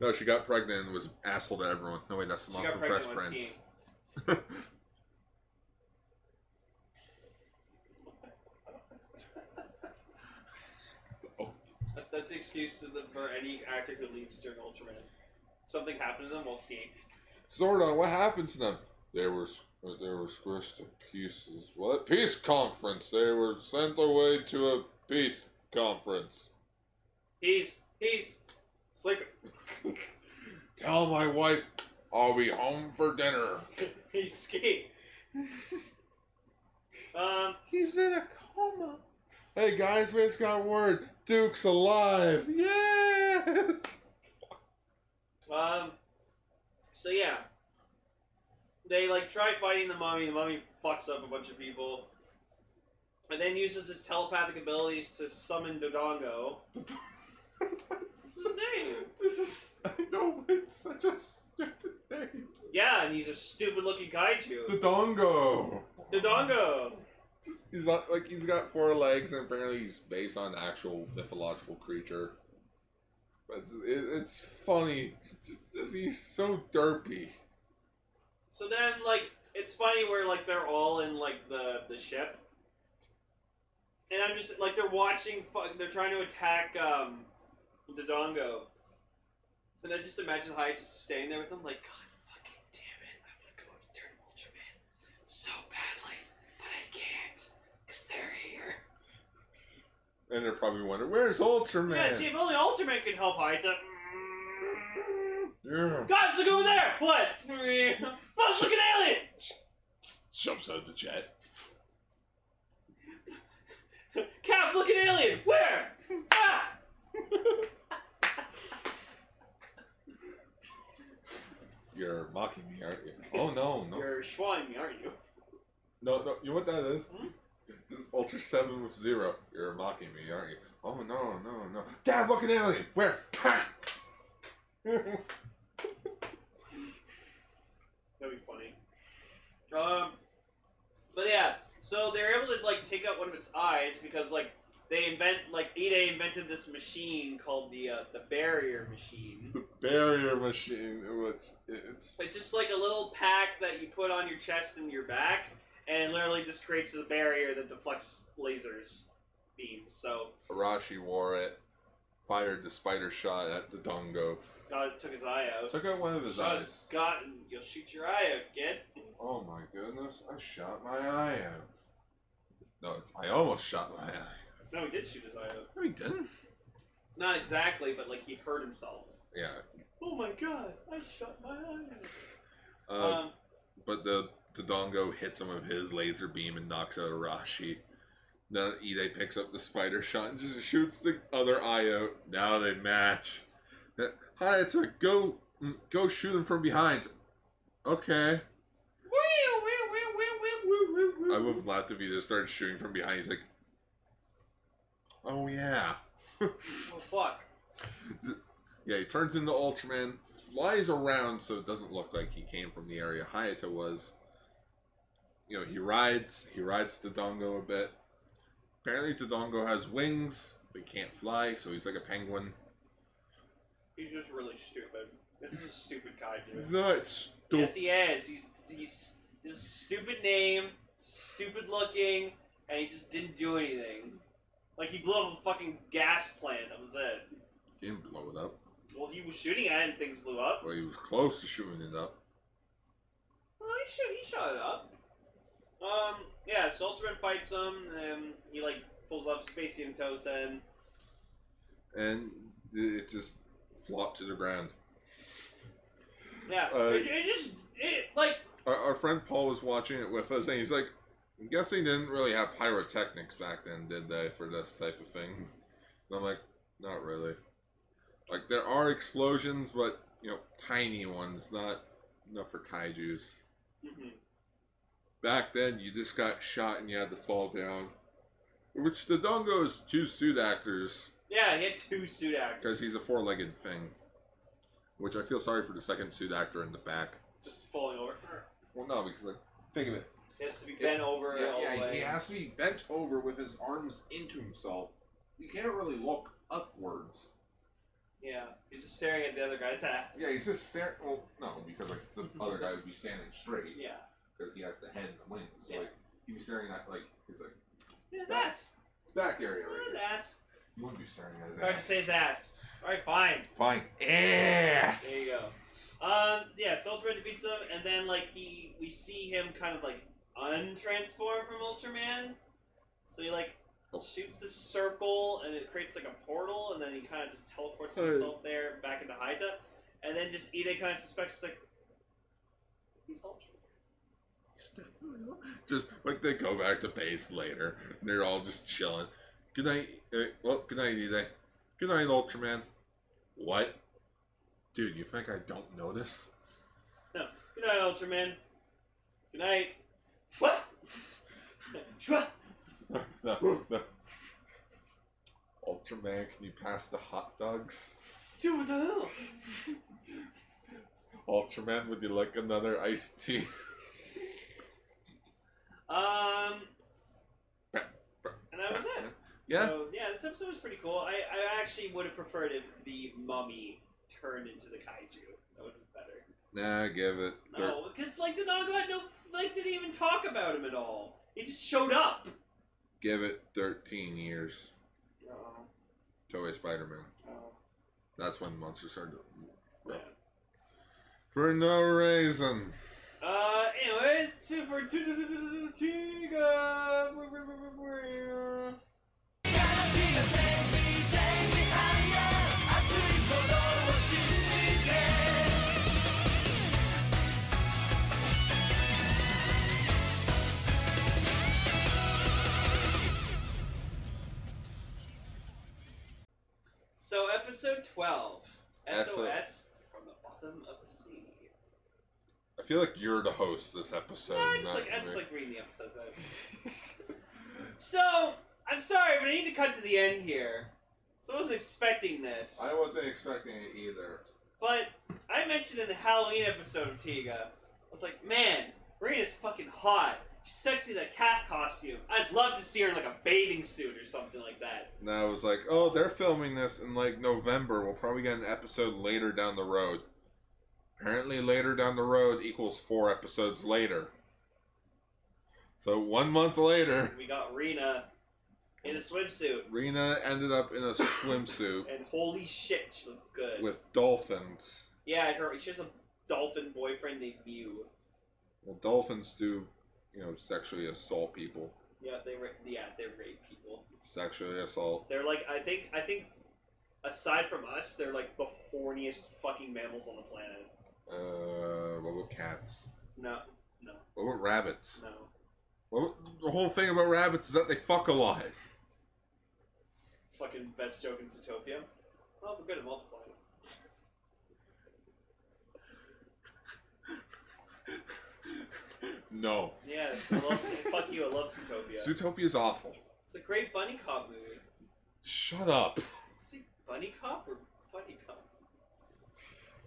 no, she got pregnant and was an asshole to everyone. No wait, that's the She mom got from Fresh pregnant when Prince. skiing. That- That's the excuse to the, for any actor who leaves during Ultraman. Something happened to them while skiing. Zordon, what happened to them? They were s- uh, they were squished to pieces. What peace conference? They were sent away to a peace conference. He's he's sleeping. Tell my wife I'll be home for dinner. he's skiing. um, He's in a coma. Hey guys, we just got word Duke's alive. Yes. um. So yeah, they like try fighting the mummy. The mummy fucks up a bunch of people, and then uses his telepathic abilities to summon Dodongo. What's his name? this is I know it's such a stupid name. Yeah, and he's a stupid-looking kaiju. Dodongo. Dodongo. He's not like he's got four legs, and apparently he's based on an actual mythological creature. But it's, it, it's funny. Just, just, he's so derpy. So then, like, it's funny where like they're all in like the the ship, and I'm just like they're watching. Fuck, they're trying to attack um, Dodongo, and I just imagine Hayat just staying there with them, like, God fucking damn it, I want to go and turn Ultraman so badly, but I can't, cause they're here. And they're probably wondering, where's Ultraman? Yeah, see, if only Ultraman could help Hayat. Yeah. "Mm, Guys, look over there! What? Bush, look at alien! Jumps out of the jet. Cap, look at alien. Where? Ah! You're mocking me, aren't you? Oh no, no, You're schwang me, aren't you? no, no. You know what that is? Hmm? This is Ultra Seven with zero. You're mocking me, aren't you? Oh no, no, no. Dad, look at alien. Where? That'd be funny. Um, but yeah, so they're able to like take out one of its eyes because like they invent like Ide invented this machine called the uh, the barrier machine. the barrier machine, which it's It's just like a little pack that you put on your chest and your back, and it literally just creates a barrier that deflects lasers beams. So Arashi wore it, fired the spider shot at the dongo, God it took his eye out. took out one of his Shot eyes. his gut, and you'll shoot your eye out, kid. Oh my goodness, I shot my eye out. No, I almost shot my eye. out. No, he did shoot his eye out. No, he didn't. Not exactly, but like he hurt himself. Yeah. Oh my god, I shot my eye Uh, out. Um, but the the dongo hits him with his laser beam and knocks out Arashi. Now Ide picks up the spider shot and just shoots the other eye out. Now they match. Uh, Hi, it's a go mm, go shoot him from behind. Okay. I would have laughed if he just started shooting from behind. He's like, oh yeah. well, fuck. Yeah, he turns into Ultraman, flies around so it doesn't look like he came from the area Hayata was. You know, he rides, he rides Dodongo a bit. Apparently Dodongo has wings, but he can't fly, so he's like a penguin. He's just really stupid. This is a stupid He's kaiju. not stupid. Yes, he is. He's he's this is a stupid name, stupid looking, and he just didn't do anything. Like he blew up a fucking gas plant. That was it. He didn't blow it up. Well, he was shooting at it and things blew up. Well, he was close to shooting it up. Well, he shot, he shot it up. Um, yeah, so Ultraman fights him, and he, like, pulls up Spacey and Toes and And it just flopped to the ground. Yeah, Uh, it, it just, it, like, Our, our friend Paul was watching it with us, and he's like, I'm guessing they didn't really have pyrotechnics back then, did they, for this type of thing? And I'm like, not really. Like, there are explosions, but you know, tiny ones, not enough for kaiju's. hmm Back then, you just got shot and you had to fall down. Which the Dongo's two suit actors, Yeah, he had two suit actors. because he's a four legged thing. Which I feel sorry for the second suit actor in the back. just falling over. Well, no, because like, think of it. He has to be bent over Yeah, all the yeah, way. he has to be bent over with his arms into himself. You can't really look upwards. Yeah, he's just staring at the other guy's ass. Yeah, he's just staring. Well, no, because like the other guy would be standing straight yeah, because he has the head and the wings. So Yeah. like he'd be staring at like his like his ass. back area right His here. ass. You wouldn't be staring at his Or just ass. say his ass. All right, fine. Fine. Ass. There you go. Um, yeah, so Ultraman defeats him, and then like he, we see him kind of like untransform from Ultraman. So he like Oh. shoots the circle, and it creates like a portal, and then he kind of just teleports Alright. himself there back into Haita, and then just Ide kind of suspects like he's Ultraman. Just like they go back to base later, and they're all just chilling. Good night. Uh, well, good night, Ede. Good night, Ultraman. What? Dude, you think I don't notice? Good night, Ultraman. Good night. What? Shwa- no, no. Ultraman, can you pass the hot dogs? Dude, what the hell? Ultraman, would you like another iced tea? Um, and that was it. Yeah. So, yeah, this episode was pretty cool. I, I actually would have preferred if the mummy turned into the kaiju. That would have been better. Nah, give it. They're- No, because, like, the Naga had no, like, didn't even talk about him at all. He just showed up. Give it 13 years. Oh, Toei Spider Man. oh, That's when monsters started to grow. yeah. For no reason. Uh, anyways, two for two, two, two, two, two, two, two, uh, So episode twelve, S O- SOS from the bottom of the sea. I feel like you're the host this episode. No, I just not like I just me. like reading the episodes. out. so I'm sorry, but I need to cut to the end here. So I wasn't expecting this, I wasn't expecting it either. but I mentioned in the Halloween episode of Tiga, I was like, man, Marina's fucking hot. She's sexy in that cat costume. I'd love to see her in like a bathing suit or something like that. And I was like, oh, they're filming this in like November. We'll probably get an episode later down the road. Apparently, later down the road equals four episodes later. So one month later, We got Rena in a swimsuit, Rena ended up in a swimsuit and holy shit, she looked good. with dolphins. yeah, her she has a dolphin boyfriend named Mew. Well, dolphins do, you know, sexually assault people. Yeah, they ra- yeah they rape people. Sexually assault. They're like I think I think aside from us, they're like the horniest fucking mammals on the planet. Uh, what about cats? No, no, What about rabbits? no. Well, the whole thing about rabbits is that they fuck a lot. Fucking best joke in Zootopia. Well, we're good at multiplying. No. Yeah, so I love, fuck you. I love Zootopia. Zootopia's awful. It's a great bunny cop movie. Shut up. Is it bunny cop or bunny cop?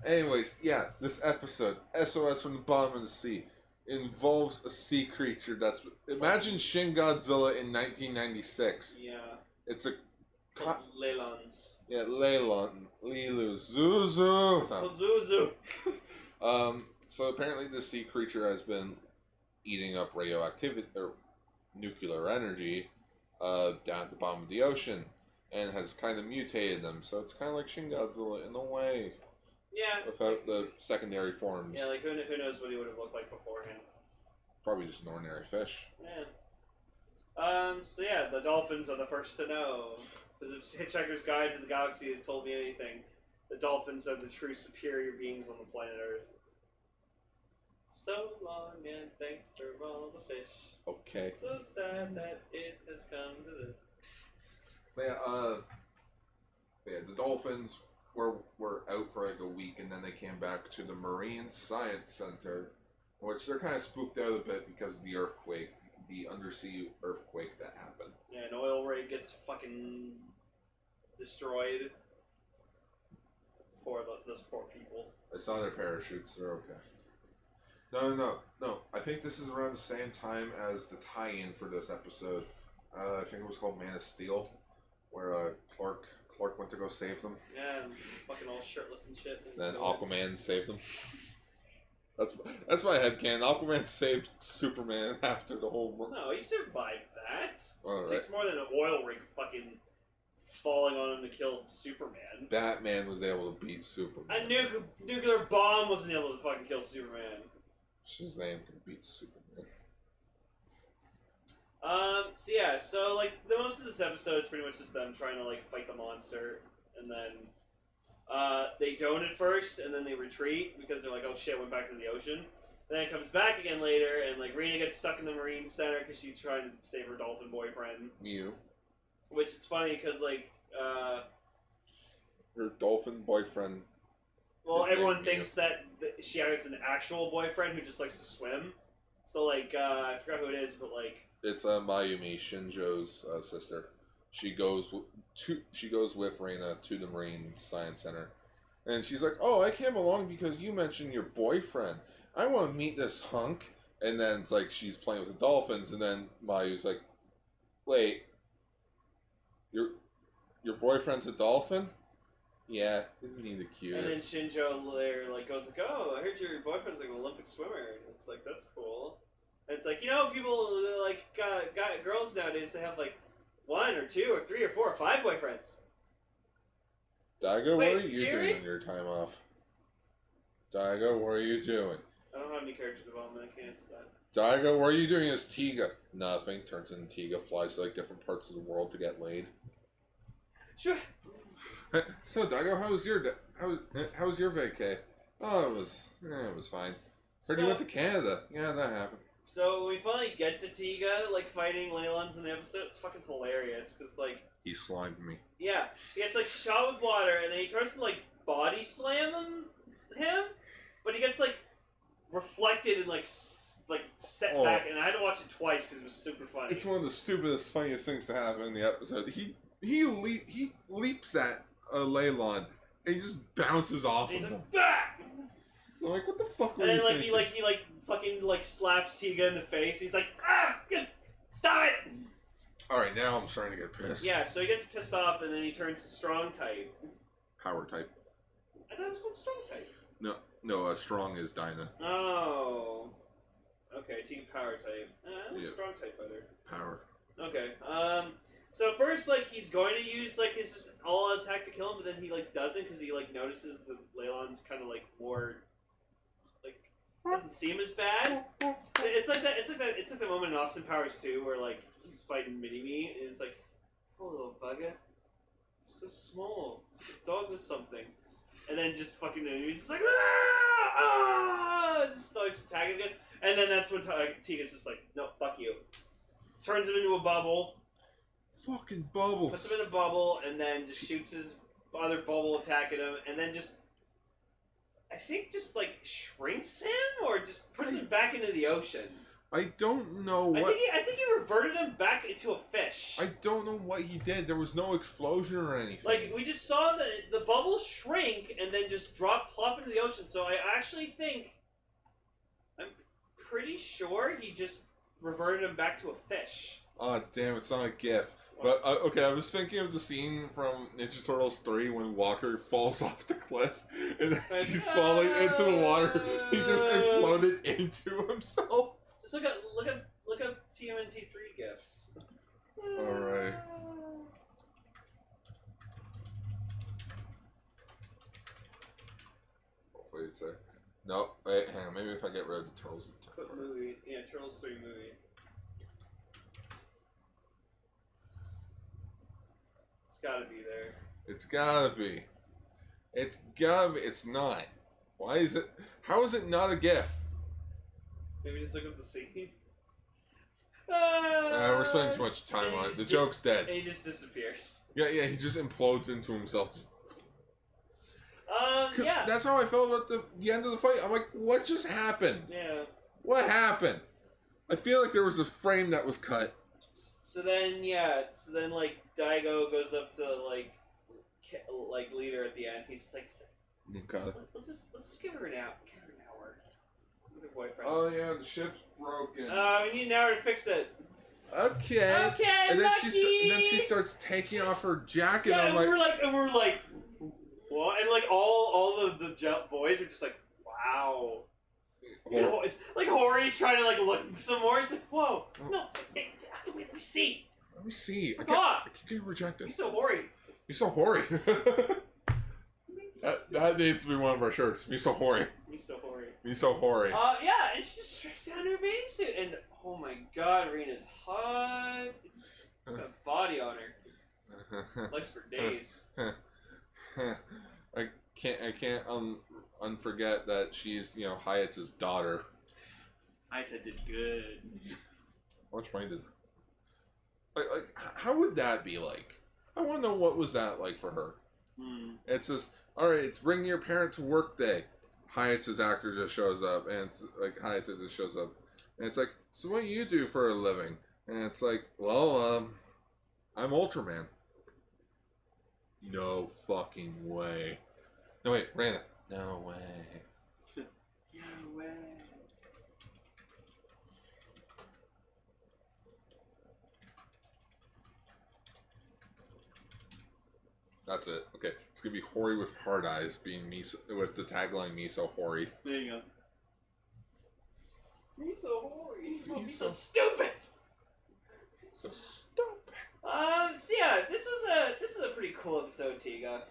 Anyways, yeah, this episode, SOS from the Bottom of the Sea, involves a sea creature that's. Imagine Shin Godzilla in 1996. Yeah, It's a. Co- called Leilans. yeah, Leilon. Lilu. Zuzu. No. Pazuzu. Um, so apparently, the sea creature has been eating up radioactivity or nuclear energy uh, down at the bottom of the ocean, and has kind of mutated them. So it's kind of like Shin Godzilla in a way, Yeah. without the secondary forms. Yeah, like who, kn- who knows what he would have looked like beforehand. Probably just an ordinary fish. Yeah. Um, so yeah, the dolphins are the first to know. Because if Hitchhiker's Guide to the Galaxy has told me anything, the dolphins are the true superior beings on the planet Earth. So long and thanks for all the fish. Okay. So sad that it has come to this. But yeah, uh, but yeah, the dolphins were were out for like a week, and then they came back to the Marine Science Center, which they're kind of spooked out a bit because of the earthquake, the undersea earthquake that happened. Yeah, an oil rig gets fucking destroyed. Poor tho- those poor people. I saw their parachutes. They're okay. No, no, no, no. I think this is around the same time as the tie-in for this episode. Uh, I think it was called Man of Steel, where uh, Clark Clark went to go save them. Yeah, and fucking all shirtless and shit. Then Aquaman saved him. That's that's my headcanon. Aquaman saved Superman after the whole. Mo- No, he survived that. All it takes more than an oil rig fucking falling on him to kill Superman. Batman was able to beat A Superman. nuke, nuclear bomb wasn't able to fucking kill Superman. Shazam can beat Superman. Um, so yeah, so like the most of this episode is pretty much just them trying to like fight the monster, and then uh, they don't at first, and then they retreat because they're like, oh shit, went back to the ocean. Then it comes back again later, and like Rena gets stuck in the marine center because she's trying to save her dolphin boyfriend. Mew, Which is funny because like, uh, her dolphin boyfriend. well, His name everyone Mew. thinks that th- she has an actual boyfriend who just likes to swim. So like, uh, I forgot who it is, but like, It's uh, Mayumi Shinjo's uh, sister. She goes w- to she goes with Reina to the Marine Science Center, and she's like, "Oh, I came along because you mentioned your boyfriend. I want to meet this hunk." And then it's like she's playing with the dolphins, and then Mayu's like, "Wait, your your boyfriend's a dolphin? Yeah, isn't he the And then cutest?" Shinjo there like goes like, "Oh, I heard your boyfriend's like an Olympic swimmer." And it's like that's cool. And it's like you know people uh, like uh, guy, girls nowadays they have like one or two or three or four or five boyfriends. Daigo, what Wait, are you Jerry? doing on your time off? Daigo, what are you doing? I don't have any character development. I can't answer that. Daigo, what are you doing as Tiga? Nothing. Turns into Tiga, flies to like different parts of the world to get laid. Sure. so Daigo, how was your da- how how was your vacay? Oh, it was eh, it was fine. Heard So, you went to Canada. Yeah, that happened. so when we finally get to Tiga like fighting Leylon's in the episode. It's fucking hilarious because like He slimed me. yeah, he gets like shot with water and then he tries to like body slam him, him but he gets like reflected and like s- like set Oh. back and I had to watch it twice because it was super funny. It's one of the stupidest, funniest things to happen in the episode. He he le- he leaps at a Leylon and he just bounces off And of he's him. like, "Bah!" I'm like, what the fuck? Were And then you like he thinking? like he like fucking like slaps Tiga in the face. He's like, ah, good, stop it. All right, now I'm starting to get pissed. Yeah, so he gets pissed off and then he turns to strong type. Power type. I thought it was called strong type. No, no. Uh, strong is Dinah. Oh. Okay, Team Power type. Uh, I like Yeah. strong type better. Power. Okay. Um. So at first, like he's going to use like his just all attack to kill him, but then he like doesn't because he like notices the Leylon's kind of like more like doesn't seem as bad. It's like that. It's like that. It's like the moment in Austin Powers too, where like he's fighting Mini Me, and it's like, poor little bugger, so small, it's like a dog with something. And then just fucking he's just like ah, ah, and just starts attacking again. And then that's when T- Tiga's just like, no, fuck you. Turns him into a bubble, Fucking bubbles. puts him in a bubble, and then just shoots his other bubble attack at him, and then just, I think, just like shrinks him or just puts him back into the ocean. I don't know what. I I, think he, I think he reverted him back into a fish. don't know what he did. There was no explosion or anything. Like we just saw the the bubble shrink and then just drop plop into the ocean. So I actually think I'm pretty sure he just reverted him back to a fish. oh damn, it's not a gif. But uh, okay, I was thinking of the scene from Ninja Turtles three when Walker falls off the cliff and as he's falling into the water, he just imploded into himself. Just look at look at look up TMNT three gifts. All right. Hopefully it's there. No, wait, hang on. Maybe if I get rid of the turtles. it'll What work. movie? Yeah, Turtles three movie. It's gotta be there. It's gotta be. It's gotta be. It's not. Why is it? How is it not a GIF? Maybe just look up the scene. Uh, we're spending too much time on it. The joke's And dead. he just disappears. Yeah, yeah. He just implodes into himself. Just- Um, C- yeah. That's how I felt at the, the end of the fight. I'm like, what just happened? Yeah. What happened? I feel like there was a frame that was cut. S- So then, yeah. So then, like, Daigo goes up to like, Ke- like leader at the end. He's just like, Okay. let's, let's just let's just give her an hour. Give her an hour. With her boyfriend. Oh yeah, the ship's broken. Uh, we need an hour to fix it. okay. Okay, And then lucky. she sta- then she starts taking off her jacket. yeah, I'm and like, we're like, and we're like, what? And like all all of the jump boys are just like, wow. And Well, Ho- like Hori's trying to like look some more. He's like, whoa, no, hey, get out of the way. Let me see. let me see. Oh. I Fuck can't, off. I keep getting rejected. He's so Hori. You're so hoary. He's so that, stupid. that needs to be one of our shirts. Be so hoary. He's so Hori. Be so hoary. Uh, yeah, and she just strips down her bathing suit, and oh my god, Rena's hot. She's got a body on her. Legs for Uh. days. I can't. I can't um unforget that she's you know Hyatt's daughter. Aita did good. How much money did? Like, like, h- how would that be like? I want to know what was that like for her. Hmm. It's just all right. It's bring your parents work day. Hyatt's actor just shows up, and it's like Hyatt just shows up, and it's like, so what do you do for a living? And it's like, well, um, I'm Ultraman. No fucking way. No wait, Rana. No way. No way. That's it. Okay, it's gonna be Hori with hard eyes, being Miso with the tagline Miso Hori. There you go. He's so Hori. Oh, he's so so- stupid. So stupid. Um, so yeah, this was a this is a pretty cool episode, Tiga.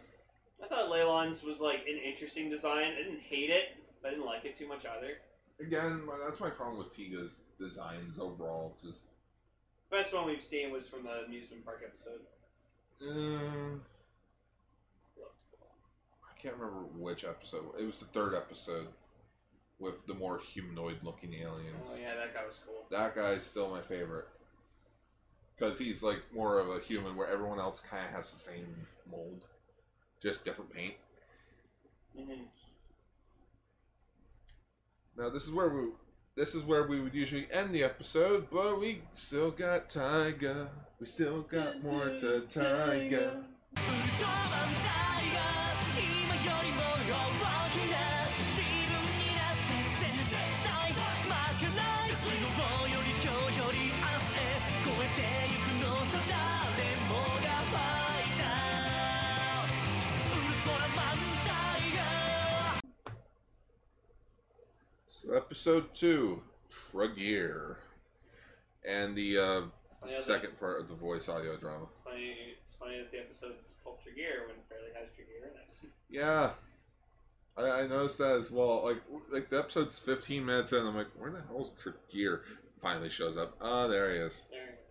I thought Leylon's was like an interesting design. I didn't hate it, but I didn't like it too much either. Again, my- that's my problem with Tiga's designs overall. Just Best one we've seen was from the amusement park episode. um, I can't remember which episode. It was the third episode with the more humanoid-looking aliens. Oh yeah, that guy was cool. That guy's still my favorite because he's like more of a human, where everyone else kind of has the same mold, just different paint. hmm Now this is where we this is where we would usually end the episode, but we still got Tiger. We still got more to Tiger. ウルトラマンタイガー今よりも大きな自分になって全然大負けない昨日より今日より明日へ超えていくのさ誰もがファイターウルトラマンタイガー So episode two, Tregear, and the uh, Funny how second Oh, that's- part of the voice audio drama. It's funny. It's funny that the episode's called Gear when it barely has Gear in it. Yeah, I, I noticed that as well. Like like the episode's fifteen minutes in, I'm like, where the hell's Tregear? Finally shows up. Ah, there he is. There it is.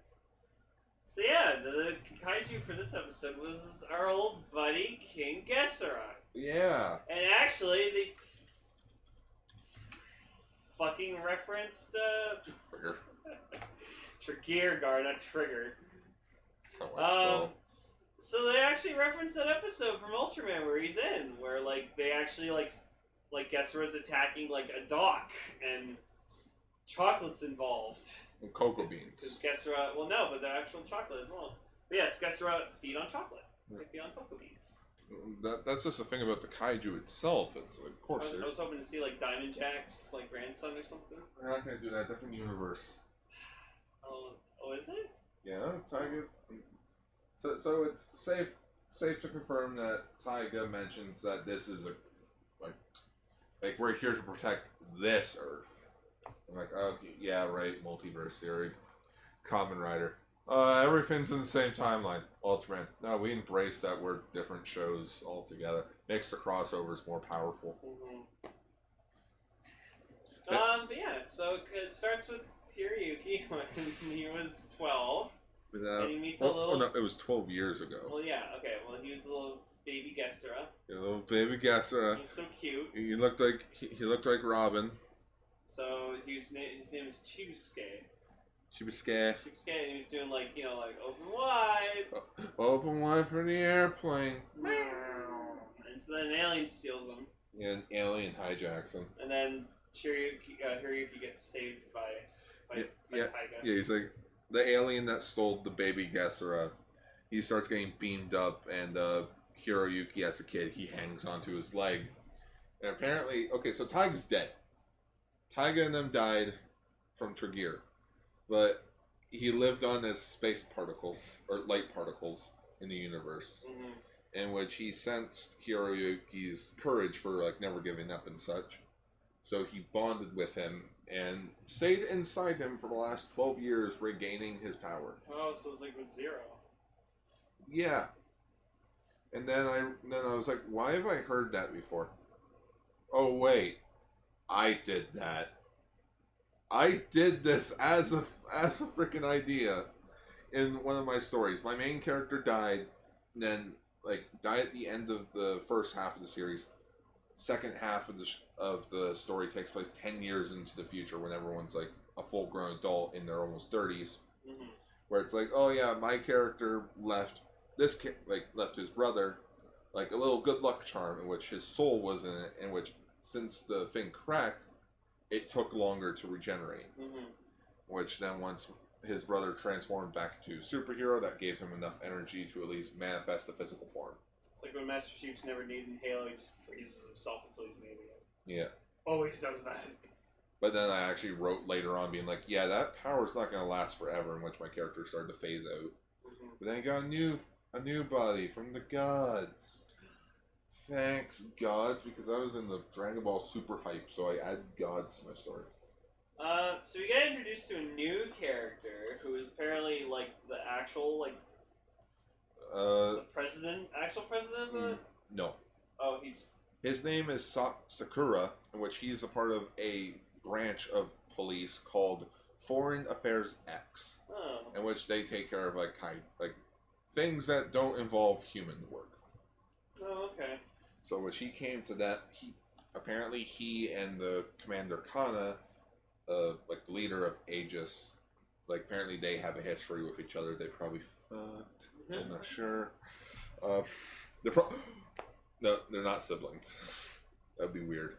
So yeah, the kaiju for this episode was our old buddy King Gesseron. Yeah. And actually, they fucking referenced uh, Trigger. it's Gear Guard, not Trigger. So much Um, so they actually referenced that episode from Ultraman where he's in, where like they actually like like Gessera's attacking like a dock and chocolate's involved. and cocoa Because beans. Gessera, well, no, but the actual chocolate as well. But yes, Gessera feed on chocolate, like feed on cocoa beans. That, that's just the thing about the kaiju itself. It's of I course was, they're I was hoping to see like Diamond Jack's like grandson or something. We're not gonna do that. Different universe. Oh, oh, is it? Yeah, Taiga. So, so it's safe safe to confirm that Taiga mentions that this is a like like we're here to protect this Earth. I'm like, okay, yeah, right. Multiverse theory, Common Rider. Uh, everything's in the same timeline. Ultraman. No, we embrace that we're different shows altogether. Makes the crossovers more powerful. hmm Yeah. Um, but yeah, so it starts with Hiroyuki when he was 12, Without, and he meets well, a oh, little. no, it was 12 years ago. Well, yeah, okay, well, he was a little baby Gessera. You know, baby Gasser. He's so cute. He he looked like he, he looked like Robin. So he was, na- his name is Chusuke. She was scared. Chusuke, and he was doing like, you know, like open wide. Open wide for the airplane. And and so then an alien steals them, And Alien hijacks him. and then Hiroyuki, uh, Hiroyuki gets saved by by, by Yeah, Taiga. Yeah, he's like the alien that stole the baby Gesera. He starts getting beamed up, and uh, Hiroyuki, as a kid, he hangs onto his leg. And apparently, okay, so Taiga's dead. Taiga and them died from Tregear, but he lived on as space particles or light particles in the universe, Mhm. in which he sensed Hiroyuki's courage for like never giving up and such. So he bonded with him and stayed inside him for the last 12 years, regaining his power. Oh, so it's like with zero. Yeah. And then I then I was like, why have I heard that before? Oh wait, I did that. I did this as a as a freaking idea in one of my stories. My main character died, and then like died at the end of the first half of the series. Second half of the sh- of the story takes place ten years into the future when everyone's like a full grown adult in their almost thirties hmm where it's like, oh yeah, my character left this ca- like left his brother like a little good luck charm in which his soul was in it, in which since the thing cracked, it took longer to regenerate. hmm Which then once his brother transformed back to superhero, that gave him enough energy to at least manifest a physical form. It's like when Master Chief's never needed in Halo, he just freezes himself until he's an alien. Yeah. Always does that. But then I actually wrote later on being like, yeah, that power's not gonna last forever, in which my character started to phase out. hmm But then I got a new a new body from the gods. Thanks, gods, because I was in the Dragon Ball Super hype, so I added gods to my story. Uh, so we got introduced to a new character who is apparently like the actual like Uh, mm-hmm. the president, actual president. Of the... no. Oh, he's His name is Sa- Sakura, in which he is a part of a branch of police called Foreign Affairs X, oh. in which they take care of like kind like things that don't involve human work. Oh, okay. So when she came to that, he apparently he and the commander Kana, uh, like the leader of Aegis, like apparently they have a history with each other. They probably fucked. Mm-hmm. I'm not sure. Uh, they're pro- no, they're not siblings. That'd be weird.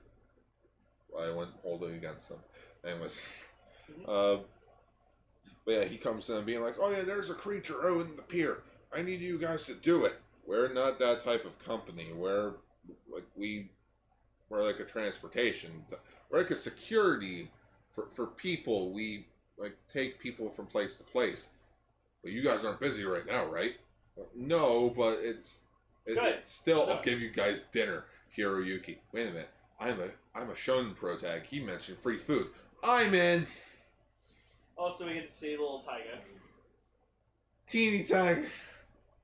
I wouldn't hold it against them. Anyways, uh, but yeah, he comes in being like, "Oh yeah, there's a creature out in the pier. I need you guys to do it." we're not that type of company. We're like we we're like a transportation. We're like a security for for people. We like take people from place to place. But you guys aren't busy right now, right? No, but it's it, Good. it's still. I'll Good. give you guys dinner, Hiroyuki. Wait a minute. I'm a I'm a shonen pro tag. He mentioned free food. I'm in Also, we get to see little Taiga. teeny tag,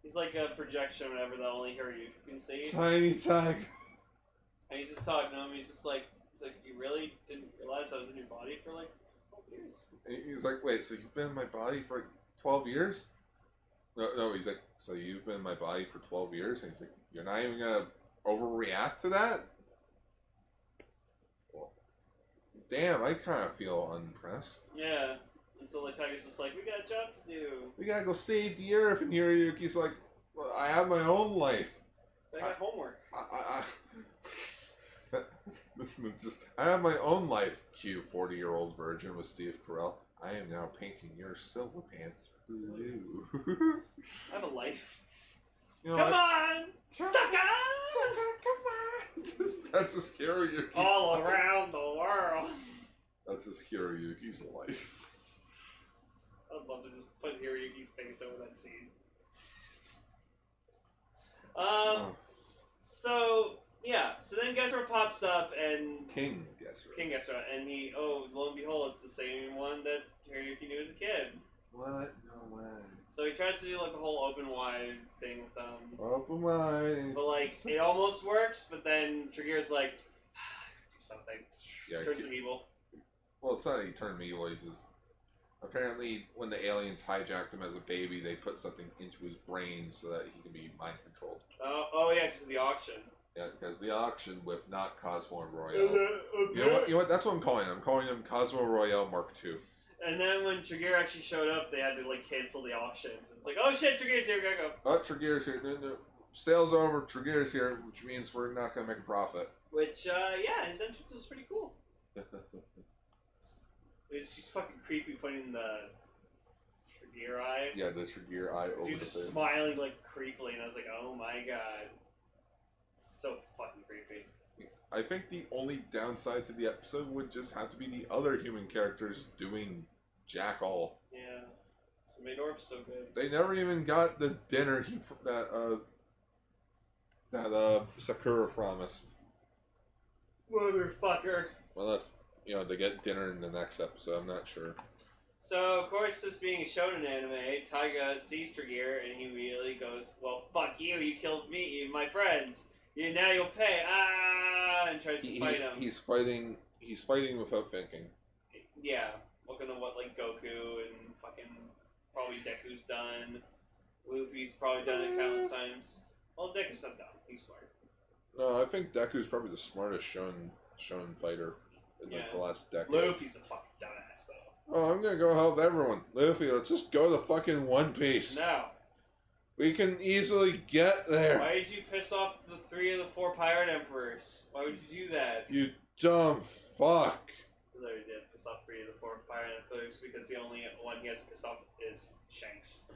He's like a projection, or whatever that only Hiroyuki can see, tiny tag. and he's just talking to him. He's just like, he's like, you really didn't realize I was in your body for like twelve years. And he's like, wait, so you've been in my body for like 12 years? No, no, he's like, so you've been in my body for 12 years? And he's like, you're not even going to overreact to that? Well, damn, I kind of feel unimpressed. Yeah. And so like Taiga's just like, we got a job to do. We gotta go save the earth. And Hiroyuki's like, well, I have my own life. I got homework. I, I, I just I have my own life. Q, forty year old virgin with Steve Carell. I am now painting your silver pants blue. you I have a life. know, Come I- on, Come- sucker! Just- that's his Hiroyuki's All life. around the world. That's his Hiroyuki's life. I'd love to just put Hiroyuki's face over that scene. Um. Oh, So yeah. So then Gesra pops up and King, yes, right. King Gesra, and he oh lo and behold, it's the same one that Hiroyuki knew as a kid. What? No way. So he tries to do like a whole open wide thing with them. Open wide. But like it almost works, but then Trigger's like, "Ah, do something. Yeah, Turns ki- him evil. Well, it's not that he turned me evil. He just apparently when the aliens hijacked him as a baby, they put something into his brain so that he can be mind controlled. Oh, oh yeah, because of the auction. Yeah, because the auction with not Cosmo and Royale. You know what? You know what? That's what I'm calling him. I'm calling him Cosmo Royale Mark II. And then when Trigger actually showed up, they had to like cancel the auction. It's like, oh shit, Trigger's here, gotta go. Oh, Tregear's here. No, no. sales are over Trigger's here, which means we're not going to make a profit. Which, uh, yeah, his entrance was pretty cool. It's just fucking creepy putting the Tregear eye. yeah, the Trigger eye So over He was the just face. smiling like creepily, and I was like, oh my god. So fucking creepy. I think the only downside to the episode would just have to be the other human characters doing jack all. Yeah. It's what made Orb so good. They never even got the dinner he pr- that uh that uh Sakura promised. Motherfucker. Unless you know they get dinner in the next episode, I'm not sure. So, of course, this being a shonen anime, Taiga sees Tregear and he immediately goes, Well, fuck you, you killed me, and my friends. You, now you'll pay. Ah! And tries to He, fight he's, him. he's fighting. He's fighting without thinking. Yeah. Looking at what, like, Goku and fucking probably Deku's done. Luffy's probably done it countless Uh. times. Well, Deku's not dumb. He's smart. No, I think Deku's probably the smartest shown shown fighter in like, Yeah. the last decade. Luffy's a fucking dumbass, though. Oh, I'm gonna go help everyone. Luffy, let's just go to fucking One Piece. No. We can easily get there. Why did you piss off the three of the four pirate emperors? Why would you do that? You dumb fuck. Larry did piss off three of the four pirate emperors because the only one he has to piss off is Shanks.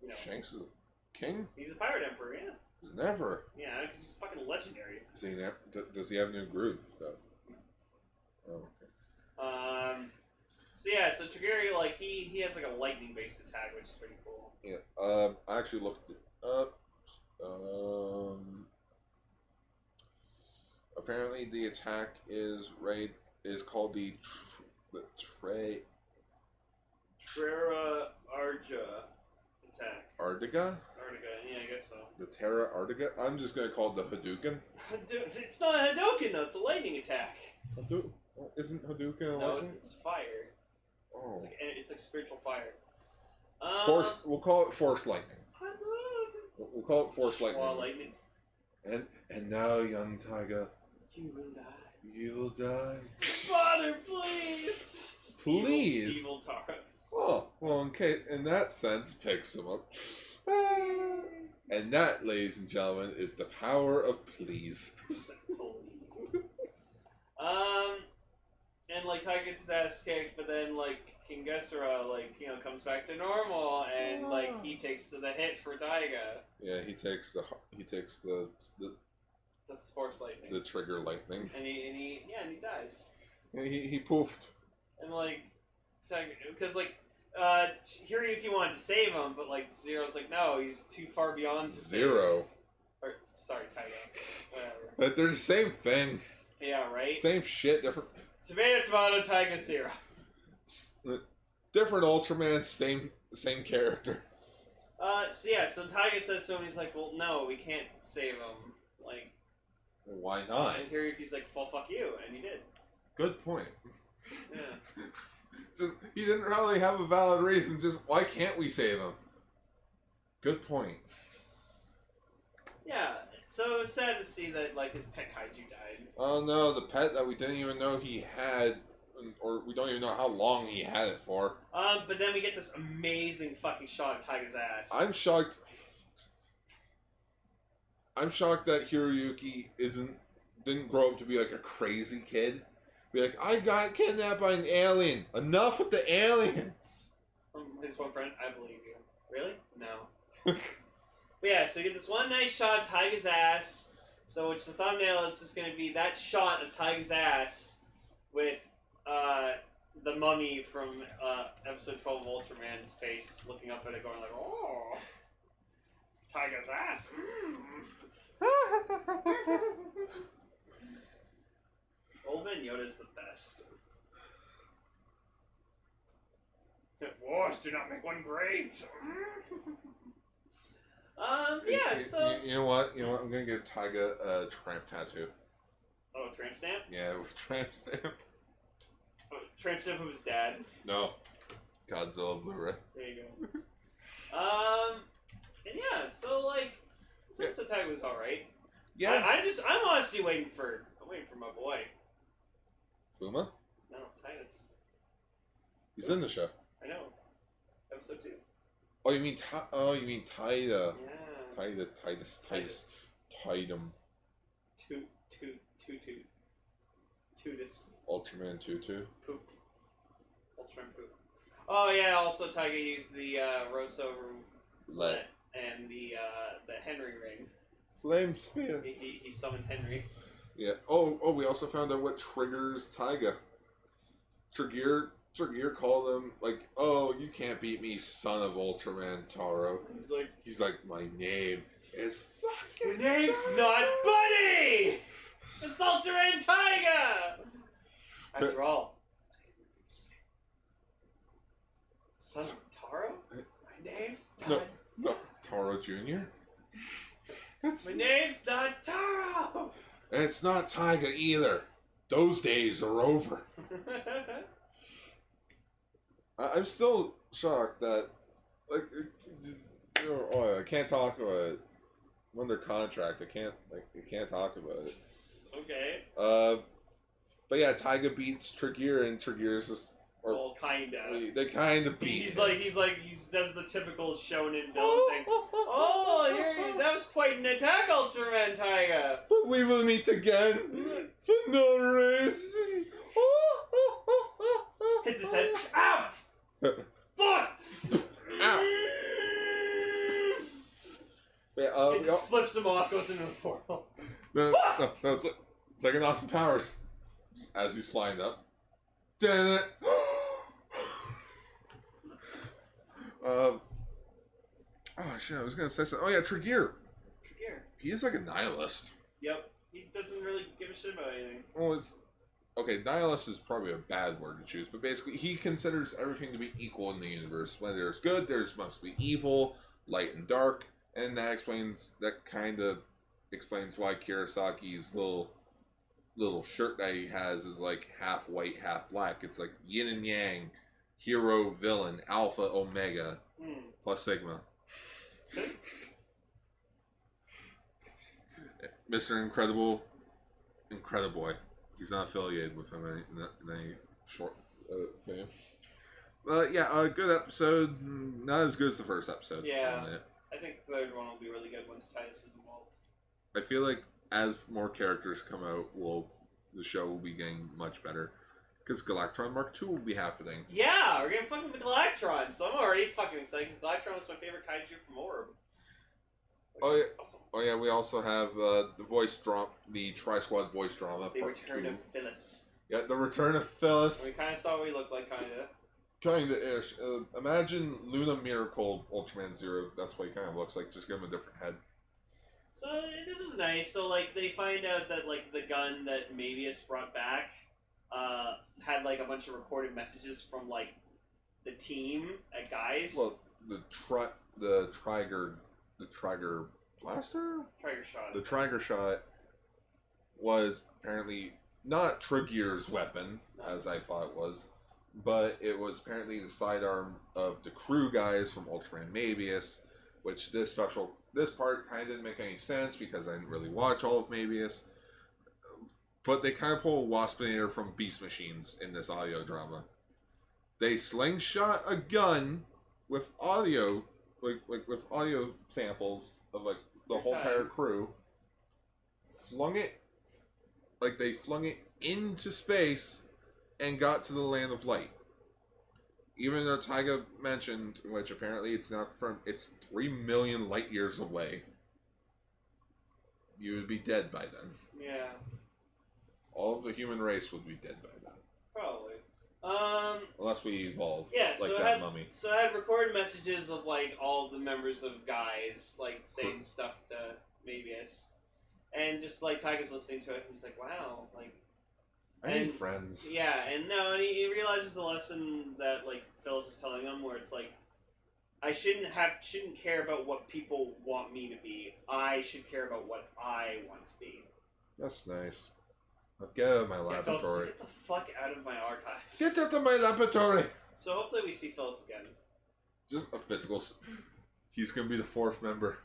You know, Shanks is a king? he's a pirate emperor, yeah. He's an emperor. Yeah, because he's fucking legendary. Is he an em- d- does he have new groove, though? Oh, okay. Um, so yeah, so Trigeri, like, he, he has, like, a lightning-based attack, which is pretty cool. Yeah. Um, I actually looked it up. Um, apparently, the attack is right is called the tr- the Tre Trera Arja attack. Artiga. Arnica, yeah, I guess so. The Terra Artiga. I'm just gonna call it the Hadouken. Dude, it's not a Hadouken, though. It's a lightning attack. Hadou- Isn't Hadouken No, a lightning? it's, it's fire. It's Oh. like, it's like spiritual fire. Um, Force. We'll call it Force Lightning. I love We'll we'll call it Force Lightning. Well, lightning. And and now, young tiger, You will die. you'll die. Father, please. It's just evil- Please? Evil, Taros. Oh, well, in, case, in that sense, picks him up. Ah. And that, ladies and gentlemen, is the power of please. Just like, please. um, and like Tiger gets his ass kicked, but then like King Gessera, like you know, comes back to normal, and like he takes the, the hit for Taiga. Yeah, he takes the he takes the the, The sports lightning. the trigger lightning. and he and he yeah, and he dies. And he he poofed. And like, because like, uh, Hiroyuki wanted to save him, but like Zero's like, no, he's too far beyond to save Zero. Or, sorry, Tyler. Whatever. But they're the same thing. Yeah, right? Same shit. Different Tomato, tomato, Tiger Zero. different Ultraman. Same same character. Uh, so yeah, so Tiger says to him, he's like, well, no, we can't save him. Like, Why not? and Hiroyuki's like, well, fuck you, and he did. Good point. Yeah. Just he didn't really have a valid reason. Just why can't we save him? Good point. Yeah, so it was sad to see that, like, his pet kaiju died. Oh no, the pet that we didn't even know he had, or we don't even know how long he had it for. Um, but then we get this amazing fucking shot of Tiger's ass. I'm shocked. I'm shocked that Hiroyuki isn't didn't grow up to be like a crazy kid. Be like, I got kidnapped by an alien. Enough with the aliens. From his one friend, I believe you. Really? No. but yeah, so we get this one nice shot of Tiger's ass. So, which the thumbnail is just going to be that shot of Tiger's ass with uh, the mummy from uh, episode 12 of Ultraman's face just looking up at it going like, oh, Tiger's ass. Mm. Old Man Yoda's the best. Wars do not make one great. um, yeah, You- so. you, you know what? You know what? I'm gonna give Tyga a tramp tattoo. Oh, Tramp Stamp? Yeah, with tramp stamp. Oh, Tramp Stamp of his dad. No, Godzilla Blu-ray. There you go. um, and yeah, so like, this Yeah. episode tag was all right. Yeah, I, I just I'm honestly waiting for I'm waiting for my boy. Fuma. No, Titus. He's in the show. I know. Episode two. Oh, you mean Ty- oh, you mean Taida? Yeah. Titus, Titus, Titus, Titum, Toot, toot, toot, toot. Tootus. Ultraman Tutu. Poop. Ultraman poop. Oh, yeah, also Taiga used the uh, Rosso Let. and the uh, the Henry ring. Flame Sphere. He, he, he summoned Henry. Yeah. Oh, oh. We also found out what triggers Taiga. Trigger, Trigger called him like, "Oh, you can't beat me, son of Ultraman Taro." He's like, He's like, "My name is Your fucking." name's Taro." not Buddy! It's Ultraman Taiga! After all, Son of Taro? My name's not. No. No, Taro Junior. It's My name's not Taro! and it's not Taiga either. Those days are over. I, I'm still shocked that like it just, you know, oh, I can't talk about it. I'm under contract. I can't like I can't talk about it. okay. Uh, but yeah, Tyga beats Tregear, and Tregear's just or Well, kinda. they kind of beat. He's him. like, he's like, he does the typical shonen build thing. Oh, you're, that was quite an attack, Ultraman Taiga! But we will meet again for no reason. Hits his head. Ow! Fuck! Yeah, uh, It we all, just flips him off, goes into the portal. no, no, no, it's like it's like an Austin Powers as he's flying up. Dun Um. Oh shit! I was gonna say something. Oh yeah, Tregear. Trigger. He is like a nihilist. Yep. He doesn't really give a shit about anything. Well, it's okay. Nihilist is probably a bad word to choose, but basically, he considers everything to be equal in the universe. When there's good, there's must be evil, light and dark, and that explains that kind of explains why Kirasaki's little little shirt that he has is like half white, half black. It's like yin and yang, hero, villain, alpha, omega, Hmm. plus sigma. Mr. Incredible, Incredible Boy. He's not affiliated with him in any, in any short uh, fame. But yeah, a good episode. mm, Not as good as the first episode. Yeah. on it. I think the third one will be really good once Titus is involved. I feel like as more characters come out, will the show will be getting much better. Because Galactron Mark Two will be happening. Yeah, we're getting fucking Galactron, so I'm already fucking excited because Galactron was my favorite kaiju from Orb. Which Oh, is yeah. awesome. Oh yeah, we also have uh, the voice drop, the Tri Squad voice drama. The part return two. of Phyllis. yeah, the return of Phyllis. We kind of saw what he looked like, kind of. Kind of ish. Uh, imagine Luna Miracle Ultraman Zero. That's what he kind of looks like. Just give him a different head. So uh, this is nice. So like they find out that like the gun that Mavius brought back uh, had like a bunch of recorded messages from like the team at guys. Well, the tri- the Triger, the Triger blaster, try your shot. the Triger shot was apparently not Trigger's weapon, as I thought it was, but it was apparently the sidearm of the crew guys from Ultraman Mabius, which this special this part kind of didn't make any sense because I didn't really watch all of Mabius. But they kind of pull a Waspinator from Beast Machines in this audio drama. They slingshot a gun with audio, like, like with audio samples of like the Your whole time. entire crew. Flung it, like they flung it into space, and got to the land of light. Even though Tyga mentioned, which apparently it's not from, it's three million light years away. You would be dead by then. yeah, All of the human race would be dead by then, probably. Um. unless we evolve Yeah, like so it that had- mummy. So I had recorded messages of like all the members of guys like saying stuff to Mavius, and just like Tiger's listening to it, he's like, "Wow, like I need and- friends. Yeah, and no, and he, he realizes the lesson that like Phyllis is telling him, where it's like, I shouldn't have, shouldn't care about what people want me to be. I should care about what I want to be. That's nice. Now get out of my Yeah, Phyllis, is like, laboratory. get the fuck out of my archives. Get out of my laboratory. So hopefully we see Phyllis again. Just a physical. s- He's gonna be the fourth member.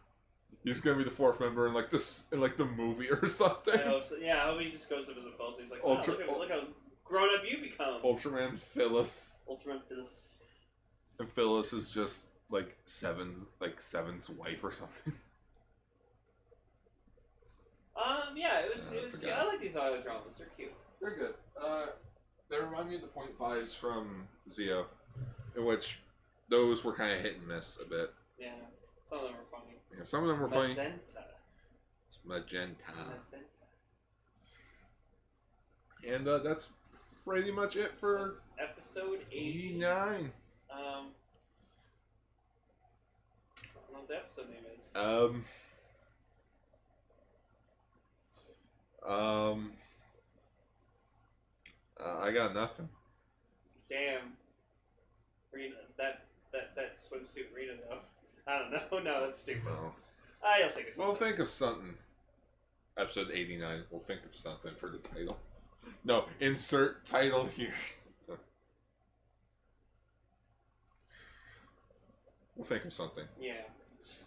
He's gonna be the fourth member in like this in like the movie or I something. hope so. Yeah, I hope he just goes to visit Phyllis. He's like, wow, Ultra- look, at, look how grown up you become. Ultraman Phyllis. Ultraman Phyllis. And Phyllis is just like seven, like Seven's wife or something. Um, yeah, it was. Yeah, it was that's cute. okay. I like these audio dramas. They're cute. They're good. Uh, they remind me of the point fives from Zio, in which those were kind of hit and miss a bit. Yeah, some of them are funny. Yeah, some of them were funny. Uh-huh. Magenta. It's magenta. Magenta. And uh, that's pretty much it for That's episode eighty. eighty nine. Um, I don't know what the episode name is. Um. Um. Uh, I got nothing. Damn, Rena, that that that swimsuit Rena though. I don't know. No, that's stupid. No. I'll think of We'll something. think of something. Episode 89. We'll think of something for the title. No, insert title here. we'll think of something. yeah.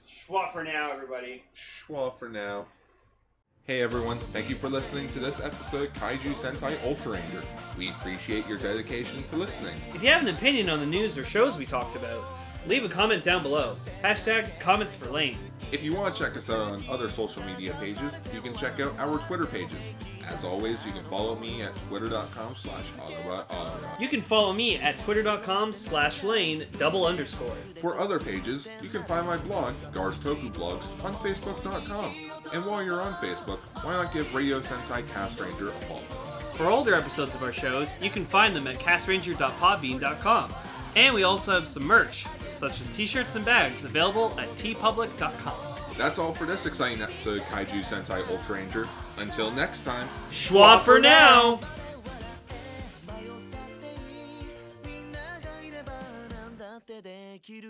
Schwa for now, everybody. Schwa for now. Hey everyone, thank you for listening to this episode of Kaiju Sentai Ultra Ranger. We appreciate your dedication to listening. If you have an opinion on the news or shows we talked about, leave a comment down below. Hashtag comments for Lane. If you want to check us out on other social media pages, you can check out our Twitter pages. As always, you can follow me at twitter.com slash Autobot Autobot. You can follow me at twitter.com slash lane double underscore. For other pages, you can find my blog, Gar's Toku Blogs, on Facebook.com. And while you're on Facebook, why not give Radio Sentai Cast Ranger a follow? For older episodes of our shows, you can find them at castranger.podbean.com. And we also have some merch, such as t-shirts and bags, available at tpublic.com. That's all for this exciting episode of Kaiju Sentai Ultra Ranger. Until next time, Schwa for now! みんながいればなんだってできる